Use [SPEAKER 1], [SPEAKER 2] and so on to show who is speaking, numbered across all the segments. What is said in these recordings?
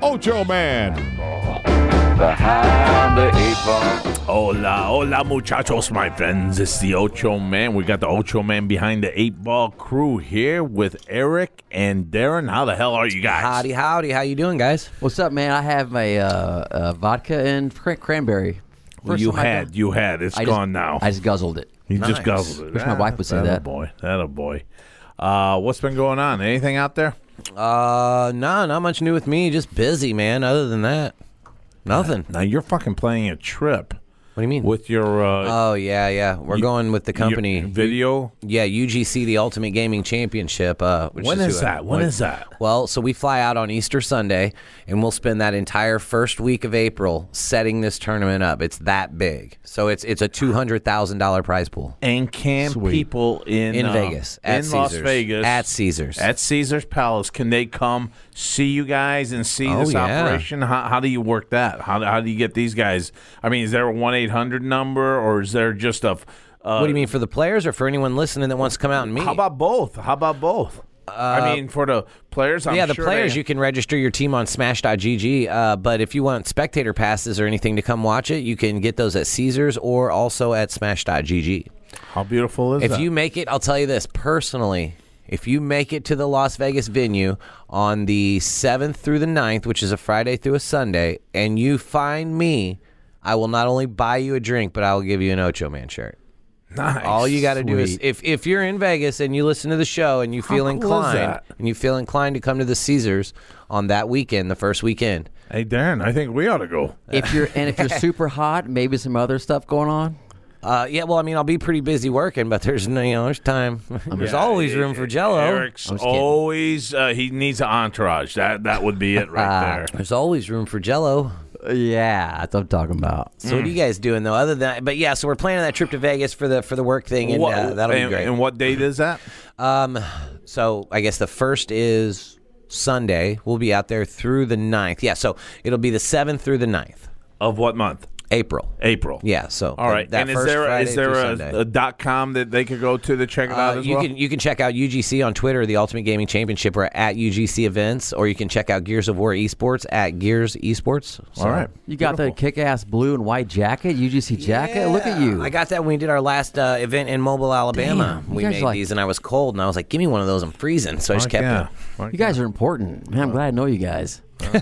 [SPEAKER 1] Ocho Man.
[SPEAKER 2] Behind the eight ball.
[SPEAKER 3] Hola, hola, muchachos, my friends. It's the Ocho Man. We got the Ocho Man behind the eight ball crew here with Eric and Darren. How the hell are you guys?
[SPEAKER 4] Howdy, howdy. How you doing, guys? What's up, man? I have my uh, uh, vodka and cran- cranberry.
[SPEAKER 3] Well,
[SPEAKER 4] First
[SPEAKER 3] you
[SPEAKER 4] time I
[SPEAKER 3] had,
[SPEAKER 4] gu-
[SPEAKER 3] you had. It's
[SPEAKER 4] I just-
[SPEAKER 3] gone now.
[SPEAKER 4] I just guzzled it.
[SPEAKER 3] he
[SPEAKER 2] Nice.
[SPEAKER 3] just guzzled it.
[SPEAKER 4] Wish my
[SPEAKER 3] Ah,
[SPEAKER 4] wife would say
[SPEAKER 3] that'll
[SPEAKER 4] that.
[SPEAKER 3] boy. That'll boy. Uh, what's been going on? Anything out there?
[SPEAKER 2] Uh, no, not much new with me. Just busy, man. Other than that, nothing.
[SPEAKER 3] Now you're fucking playing a trip
[SPEAKER 2] What do you mean?
[SPEAKER 3] with your uh,
[SPEAKER 2] oh yeah, yeah. We're
[SPEAKER 3] You-
[SPEAKER 2] going with the
[SPEAKER 3] your
[SPEAKER 2] company.
[SPEAKER 3] video.
[SPEAKER 2] yeah, UGC, the Ultimate Gaming Championship. Uh, which
[SPEAKER 3] When is
[SPEAKER 2] who-
[SPEAKER 3] that? When is that?
[SPEAKER 2] Well, so we fly out on Easter Sunday, and we'll spend that entire first week of April setting this tournament up. It's that big, so it's it's a two hundred thousand dollar prize pool.
[SPEAKER 3] And can people in
[SPEAKER 2] In
[SPEAKER 3] uh,
[SPEAKER 2] Vegas, at
[SPEAKER 3] in Las
[SPEAKER 2] Caesars.
[SPEAKER 3] Vegas
[SPEAKER 2] At Caesars.
[SPEAKER 3] at Caesars Palace? Can they come see you guys and see
[SPEAKER 2] Oh,
[SPEAKER 3] this
[SPEAKER 2] yeah.
[SPEAKER 3] operation? How, how do you work that? How, do- how do you get these guys? I mean, is there a one eight hundred number or is there just a? f- Uh,
[SPEAKER 2] what do you mean for the players or for anyone listening that wants to come out and meet?
[SPEAKER 3] How about both? How about both? I mean, for the players, I'm
[SPEAKER 2] Uh, yeah, the
[SPEAKER 3] sure
[SPEAKER 2] players
[SPEAKER 3] they-
[SPEAKER 2] you can register your team on Smash.gg. Uh, but if you want spectator passes or anything to come watch it, you can get those at Caesars or also at Smash.gg.
[SPEAKER 3] How beautiful is
[SPEAKER 2] If
[SPEAKER 3] that?
[SPEAKER 2] you make it, I'll tell you this personally. If you make it to the Las Vegas venue on the 7th through the 9th, which is a Friday through a Sunday, and you find me, I will not only buy you a drink, but I will give you an Ocho Man shirt.
[SPEAKER 3] nice.
[SPEAKER 2] All you got to do is if if you're in Vegas and you listen to the show and you feel
[SPEAKER 3] cool is
[SPEAKER 2] inclined
[SPEAKER 3] that?
[SPEAKER 2] and you feel inclined to come to the Caesars on that weekend, the first weekend.
[SPEAKER 3] Hey Darren, I think we ought to go.
[SPEAKER 4] If you're and if you're super hot, maybe some other stuff going on.
[SPEAKER 2] Uh, yeah, well, I mean, I'll be pretty busy working, but there's no, you know, there's time. there's always room for Jello. Uh,
[SPEAKER 3] Eric's
[SPEAKER 4] I'm just kidding.
[SPEAKER 3] always uh, he needs an entourage. That that would be it right there.
[SPEAKER 2] There's always room for Jello.
[SPEAKER 4] Yeah, that's what I'm talking about.
[SPEAKER 2] So
[SPEAKER 3] Mm.
[SPEAKER 2] what are you guys doing though? Other than, but yeah, so we're planning that trip to Vegas for the for the work thing, and
[SPEAKER 3] What-
[SPEAKER 2] uh, that'll be
[SPEAKER 3] and-
[SPEAKER 2] great.
[SPEAKER 3] And what date is that?
[SPEAKER 2] Um, so I guess the first is Sunday. We'll be out there through the 9th. Yeah, so it'll be the seventh through the 9th,
[SPEAKER 3] Of what month?
[SPEAKER 2] April.
[SPEAKER 3] April.
[SPEAKER 2] Yeah, so
[SPEAKER 3] All right.
[SPEAKER 2] that
[SPEAKER 3] and is
[SPEAKER 2] first
[SPEAKER 3] there
[SPEAKER 2] Friday
[SPEAKER 3] is there
[SPEAKER 2] through
[SPEAKER 3] a,
[SPEAKER 2] Sunday.
[SPEAKER 3] a dot com that they could go to to check it out
[SPEAKER 2] Uh,
[SPEAKER 3] as
[SPEAKER 2] you
[SPEAKER 3] well?
[SPEAKER 2] can you can check out UGC on Twitter, the Ultimate Gaming Championship, or at UGC events, or you can check out Gears of War Esports at Gears Esports. So-
[SPEAKER 3] All right.
[SPEAKER 4] You got the
[SPEAKER 3] Beautiful.
[SPEAKER 4] kick-ass blue and white jacket, UGC jacket. Look at
[SPEAKER 2] Yeah,
[SPEAKER 4] you.
[SPEAKER 2] I got that when we did our last uh, event in Mobile, Alabama.
[SPEAKER 4] Damn, you
[SPEAKER 2] we
[SPEAKER 4] guys
[SPEAKER 2] made
[SPEAKER 4] are like-
[SPEAKER 2] these, and I was cold, and I was like, "Give me one of those. I'm freezing." So I just
[SPEAKER 3] Fuck
[SPEAKER 2] kept
[SPEAKER 3] yeah.
[SPEAKER 2] it.
[SPEAKER 3] Fuck
[SPEAKER 4] you guys are important, man. I'm
[SPEAKER 3] Oh.
[SPEAKER 4] glad I know you guys.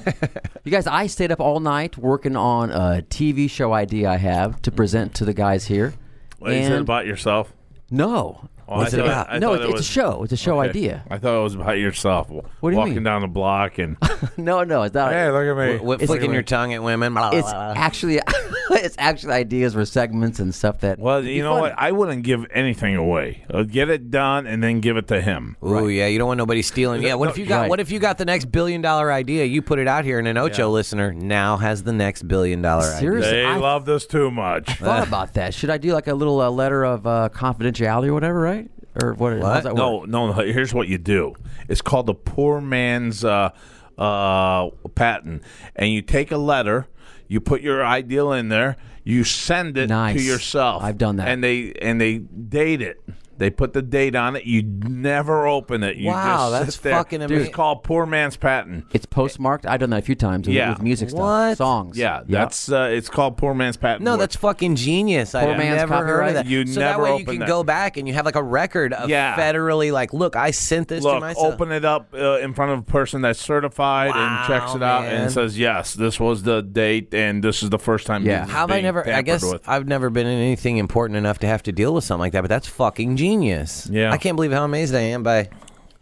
[SPEAKER 4] you guys, I stayed up all night working on a TV show idea I have to present to the guys here.
[SPEAKER 3] yeah. Is it
[SPEAKER 4] And-
[SPEAKER 3] about yourself?
[SPEAKER 4] No.
[SPEAKER 3] Oh,
[SPEAKER 2] What's
[SPEAKER 3] I
[SPEAKER 2] it
[SPEAKER 3] thought-
[SPEAKER 2] about?
[SPEAKER 3] I
[SPEAKER 4] no,
[SPEAKER 3] thought
[SPEAKER 4] it's,
[SPEAKER 3] it
[SPEAKER 4] it's
[SPEAKER 3] was-
[SPEAKER 4] a show. It's a show
[SPEAKER 3] Okay.
[SPEAKER 4] idea.
[SPEAKER 3] I thought it was about yourself. What
[SPEAKER 4] do you
[SPEAKER 3] Walking
[SPEAKER 4] mean?
[SPEAKER 3] down the block and
[SPEAKER 4] No, no, it's not.
[SPEAKER 3] hey, look at me.
[SPEAKER 2] Wh- What,
[SPEAKER 4] It's-
[SPEAKER 2] flicking your tongue at women? Blah, blah,
[SPEAKER 4] it's
[SPEAKER 2] blah, blah.
[SPEAKER 4] actually it's actually ideas for segments and stuff that
[SPEAKER 3] well, you know what? I wouldn't give anything away. Uh, get it done and then give it to him.
[SPEAKER 2] Ooh, yeah. You don't want nobody stealing. Yeah. What if you got?
[SPEAKER 4] right.
[SPEAKER 2] What if you got the next billion dollar idea? You put it out here, and an Ocho listener now has the next billion dollar idea.
[SPEAKER 4] Seriously?
[SPEAKER 3] They
[SPEAKER 4] I-
[SPEAKER 3] love this too much.
[SPEAKER 4] thought about that. Should I do like a little uh, letter of uh, confidentiality or whatever, right? Or what? How's that
[SPEAKER 3] No,
[SPEAKER 4] work?
[SPEAKER 3] no, no. Here's what you do. It's called the poor man's uh, uh, patent, and you take a letter, you put your ideal in there, you send it to
[SPEAKER 4] Nice.
[SPEAKER 3] yourself.
[SPEAKER 4] I've done that.
[SPEAKER 3] and they and they date it. They put the date on it. You never open it. You
[SPEAKER 2] Wow,
[SPEAKER 3] just sit
[SPEAKER 2] that's
[SPEAKER 3] there.
[SPEAKER 2] fucking amazing.
[SPEAKER 3] It's called poor man's patent.
[SPEAKER 4] It's postmarked. I've done that a few times with,
[SPEAKER 3] Yeah.
[SPEAKER 4] with music
[SPEAKER 2] What?
[SPEAKER 4] stuff, songs.
[SPEAKER 3] Yeah, that's uh, it's called poor man's patent.
[SPEAKER 2] No,
[SPEAKER 3] Where-
[SPEAKER 2] that's fucking genius. I've
[SPEAKER 4] Poor man's
[SPEAKER 2] never heard of
[SPEAKER 4] copyright.
[SPEAKER 2] that.
[SPEAKER 3] You
[SPEAKER 2] so
[SPEAKER 3] never
[SPEAKER 2] that way you
[SPEAKER 3] open
[SPEAKER 2] can
[SPEAKER 3] that.
[SPEAKER 2] go back and you have like a record of
[SPEAKER 3] Yeah.
[SPEAKER 2] federally like, look, I sent this to
[SPEAKER 3] Look,
[SPEAKER 2] myself.
[SPEAKER 3] open it up uh, in front of a person that's certified and checks
[SPEAKER 2] Wow,
[SPEAKER 3] it out
[SPEAKER 2] man.
[SPEAKER 3] and says, "Yes, this was the date, and this is the first time."
[SPEAKER 4] Yeah.
[SPEAKER 3] this is
[SPEAKER 4] How
[SPEAKER 2] How have I
[SPEAKER 3] being
[SPEAKER 2] never? I
[SPEAKER 3] tampered
[SPEAKER 2] guess uh,
[SPEAKER 3] with.
[SPEAKER 2] I've never been in anything important enough to have to deal with something like that. But that's fucking genius.
[SPEAKER 3] Yeah.
[SPEAKER 2] I can't believe how amazed I am by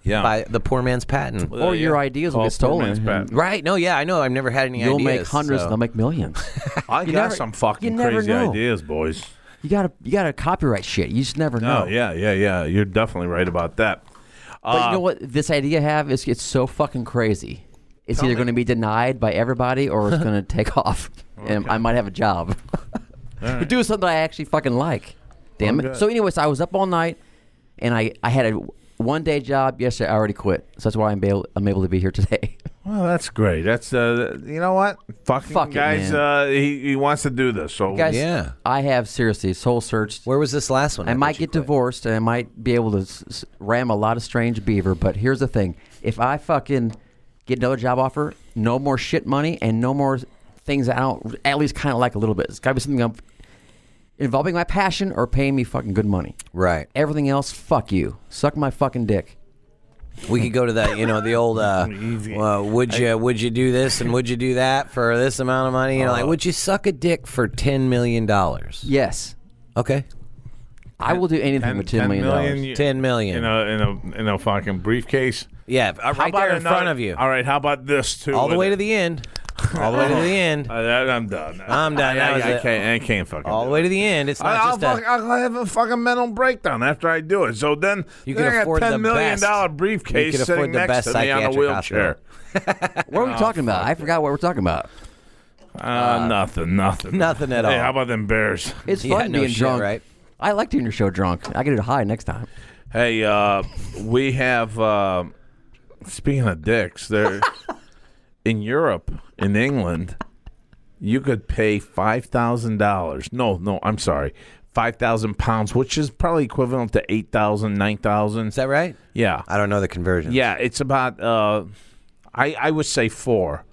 [SPEAKER 3] yeah.
[SPEAKER 2] by uh, the poor man's patent.
[SPEAKER 4] Or your
[SPEAKER 3] Yeah.
[SPEAKER 4] ideas will
[SPEAKER 3] Call
[SPEAKER 4] get stolen.
[SPEAKER 3] Pullman's patent.
[SPEAKER 2] Right? No, yeah, I know. I've never had any.
[SPEAKER 4] You'll
[SPEAKER 2] ideas,
[SPEAKER 4] make hundreds.
[SPEAKER 2] so-
[SPEAKER 4] They'll make millions.
[SPEAKER 3] I got
[SPEAKER 4] never-
[SPEAKER 3] some fucking
[SPEAKER 4] you never
[SPEAKER 3] crazy
[SPEAKER 4] know.
[SPEAKER 3] ideas, boys.
[SPEAKER 4] you gotta you gotta copyright shit. You just never know.
[SPEAKER 3] Oh yeah, yeah, yeah. You're definitely right about that. Uh,
[SPEAKER 4] But you know what? This idea I have is it's so fucking crazy. it's either going to be denied by everybody or it's going to take off, and I might have a job. But do something I actually fucking like. Damn it.
[SPEAKER 3] good.
[SPEAKER 4] So, anyways, I was up all night, and I I had a one day job yesterday. I already quit, so that's why I'm able I'm able to be here today.
[SPEAKER 3] Well, that's great. That's uh, you know what? Fucking
[SPEAKER 4] Fuck it,
[SPEAKER 3] guys,
[SPEAKER 4] man.
[SPEAKER 3] uh, he, he wants to do this. So
[SPEAKER 4] Guys,
[SPEAKER 2] Yeah.
[SPEAKER 4] I have seriously soul searched.
[SPEAKER 2] Where was this last one?
[SPEAKER 4] I
[SPEAKER 2] that
[SPEAKER 4] might
[SPEAKER 2] you
[SPEAKER 4] get
[SPEAKER 2] quit?
[SPEAKER 4] divorced and I might be able to s- s- ram a lot of strange beaver, but here's the thing. If I fucking get another job offer, no more shit money and no more things that I don't at least kind of like a little bit. It's got to be something I'm, involving my passion or paying me fucking good money.
[SPEAKER 2] Right.
[SPEAKER 4] Everything else, fuck you. Suck my fucking dick.
[SPEAKER 2] We could go to that, you know, the old uh, uh would you would you do this and would you do that for this amount of money? You know, like
[SPEAKER 3] Uh,
[SPEAKER 2] would you suck a dick for 10 million dollars?
[SPEAKER 4] Yes.
[SPEAKER 2] Okay.
[SPEAKER 4] I will do anything
[SPEAKER 3] And
[SPEAKER 4] with ten
[SPEAKER 3] $10
[SPEAKER 4] million dollars.
[SPEAKER 3] you-
[SPEAKER 2] 10 million.
[SPEAKER 3] in a in a in a fucking briefcase.
[SPEAKER 2] yeah, uh,
[SPEAKER 3] How
[SPEAKER 2] right
[SPEAKER 3] about
[SPEAKER 2] there in
[SPEAKER 3] another-
[SPEAKER 2] front of you.
[SPEAKER 3] All right, how about this too?
[SPEAKER 2] All the
[SPEAKER 3] with
[SPEAKER 2] way
[SPEAKER 3] it?
[SPEAKER 2] to the end. All the way to the end.
[SPEAKER 3] Uh, that- I'm done.
[SPEAKER 2] I'm done.
[SPEAKER 3] I,
[SPEAKER 2] That was
[SPEAKER 3] I,
[SPEAKER 2] it.
[SPEAKER 3] can't. I can't fucking.
[SPEAKER 2] All
[SPEAKER 3] do
[SPEAKER 2] the
[SPEAKER 3] it.
[SPEAKER 2] way to the end. It's not
[SPEAKER 3] I'll,
[SPEAKER 2] just
[SPEAKER 3] fuck,
[SPEAKER 2] a
[SPEAKER 3] I'll have a fucking mental breakdown after I do it. So then
[SPEAKER 2] You
[SPEAKER 3] then
[SPEAKER 2] can
[SPEAKER 3] I
[SPEAKER 2] afford
[SPEAKER 3] got
[SPEAKER 2] the
[SPEAKER 3] ten million
[SPEAKER 2] best-
[SPEAKER 3] dollar
[SPEAKER 2] you
[SPEAKER 3] briefcase
[SPEAKER 2] can afford
[SPEAKER 3] sitting
[SPEAKER 2] the
[SPEAKER 3] next
[SPEAKER 2] best
[SPEAKER 3] to me on a
[SPEAKER 2] psychiatric
[SPEAKER 3] wheelchair.
[SPEAKER 4] What are we talking about? I forgot what we're talking about.
[SPEAKER 3] Uh, nothing, nothing,
[SPEAKER 2] nothing at
[SPEAKER 3] Hey,
[SPEAKER 2] all.
[SPEAKER 3] how about them bears?
[SPEAKER 4] It's
[SPEAKER 2] Yeah,
[SPEAKER 4] fun
[SPEAKER 2] no
[SPEAKER 4] being
[SPEAKER 2] shit,
[SPEAKER 4] drunk.
[SPEAKER 2] right?
[SPEAKER 4] I like doing your show drunk. I get it high next time.
[SPEAKER 3] Hey, uh, we have. Uh, speaking of dicks, there in Europe, in England, you could pay five thousand dollars. No, no, I'm sorry, five thousand pounds, which is probably equivalent to eight thousand, nine thousand.
[SPEAKER 2] Is that right?
[SPEAKER 3] Yeah,
[SPEAKER 2] I don't know the conversion.
[SPEAKER 3] yeah, it's about. Uh, I I would say four.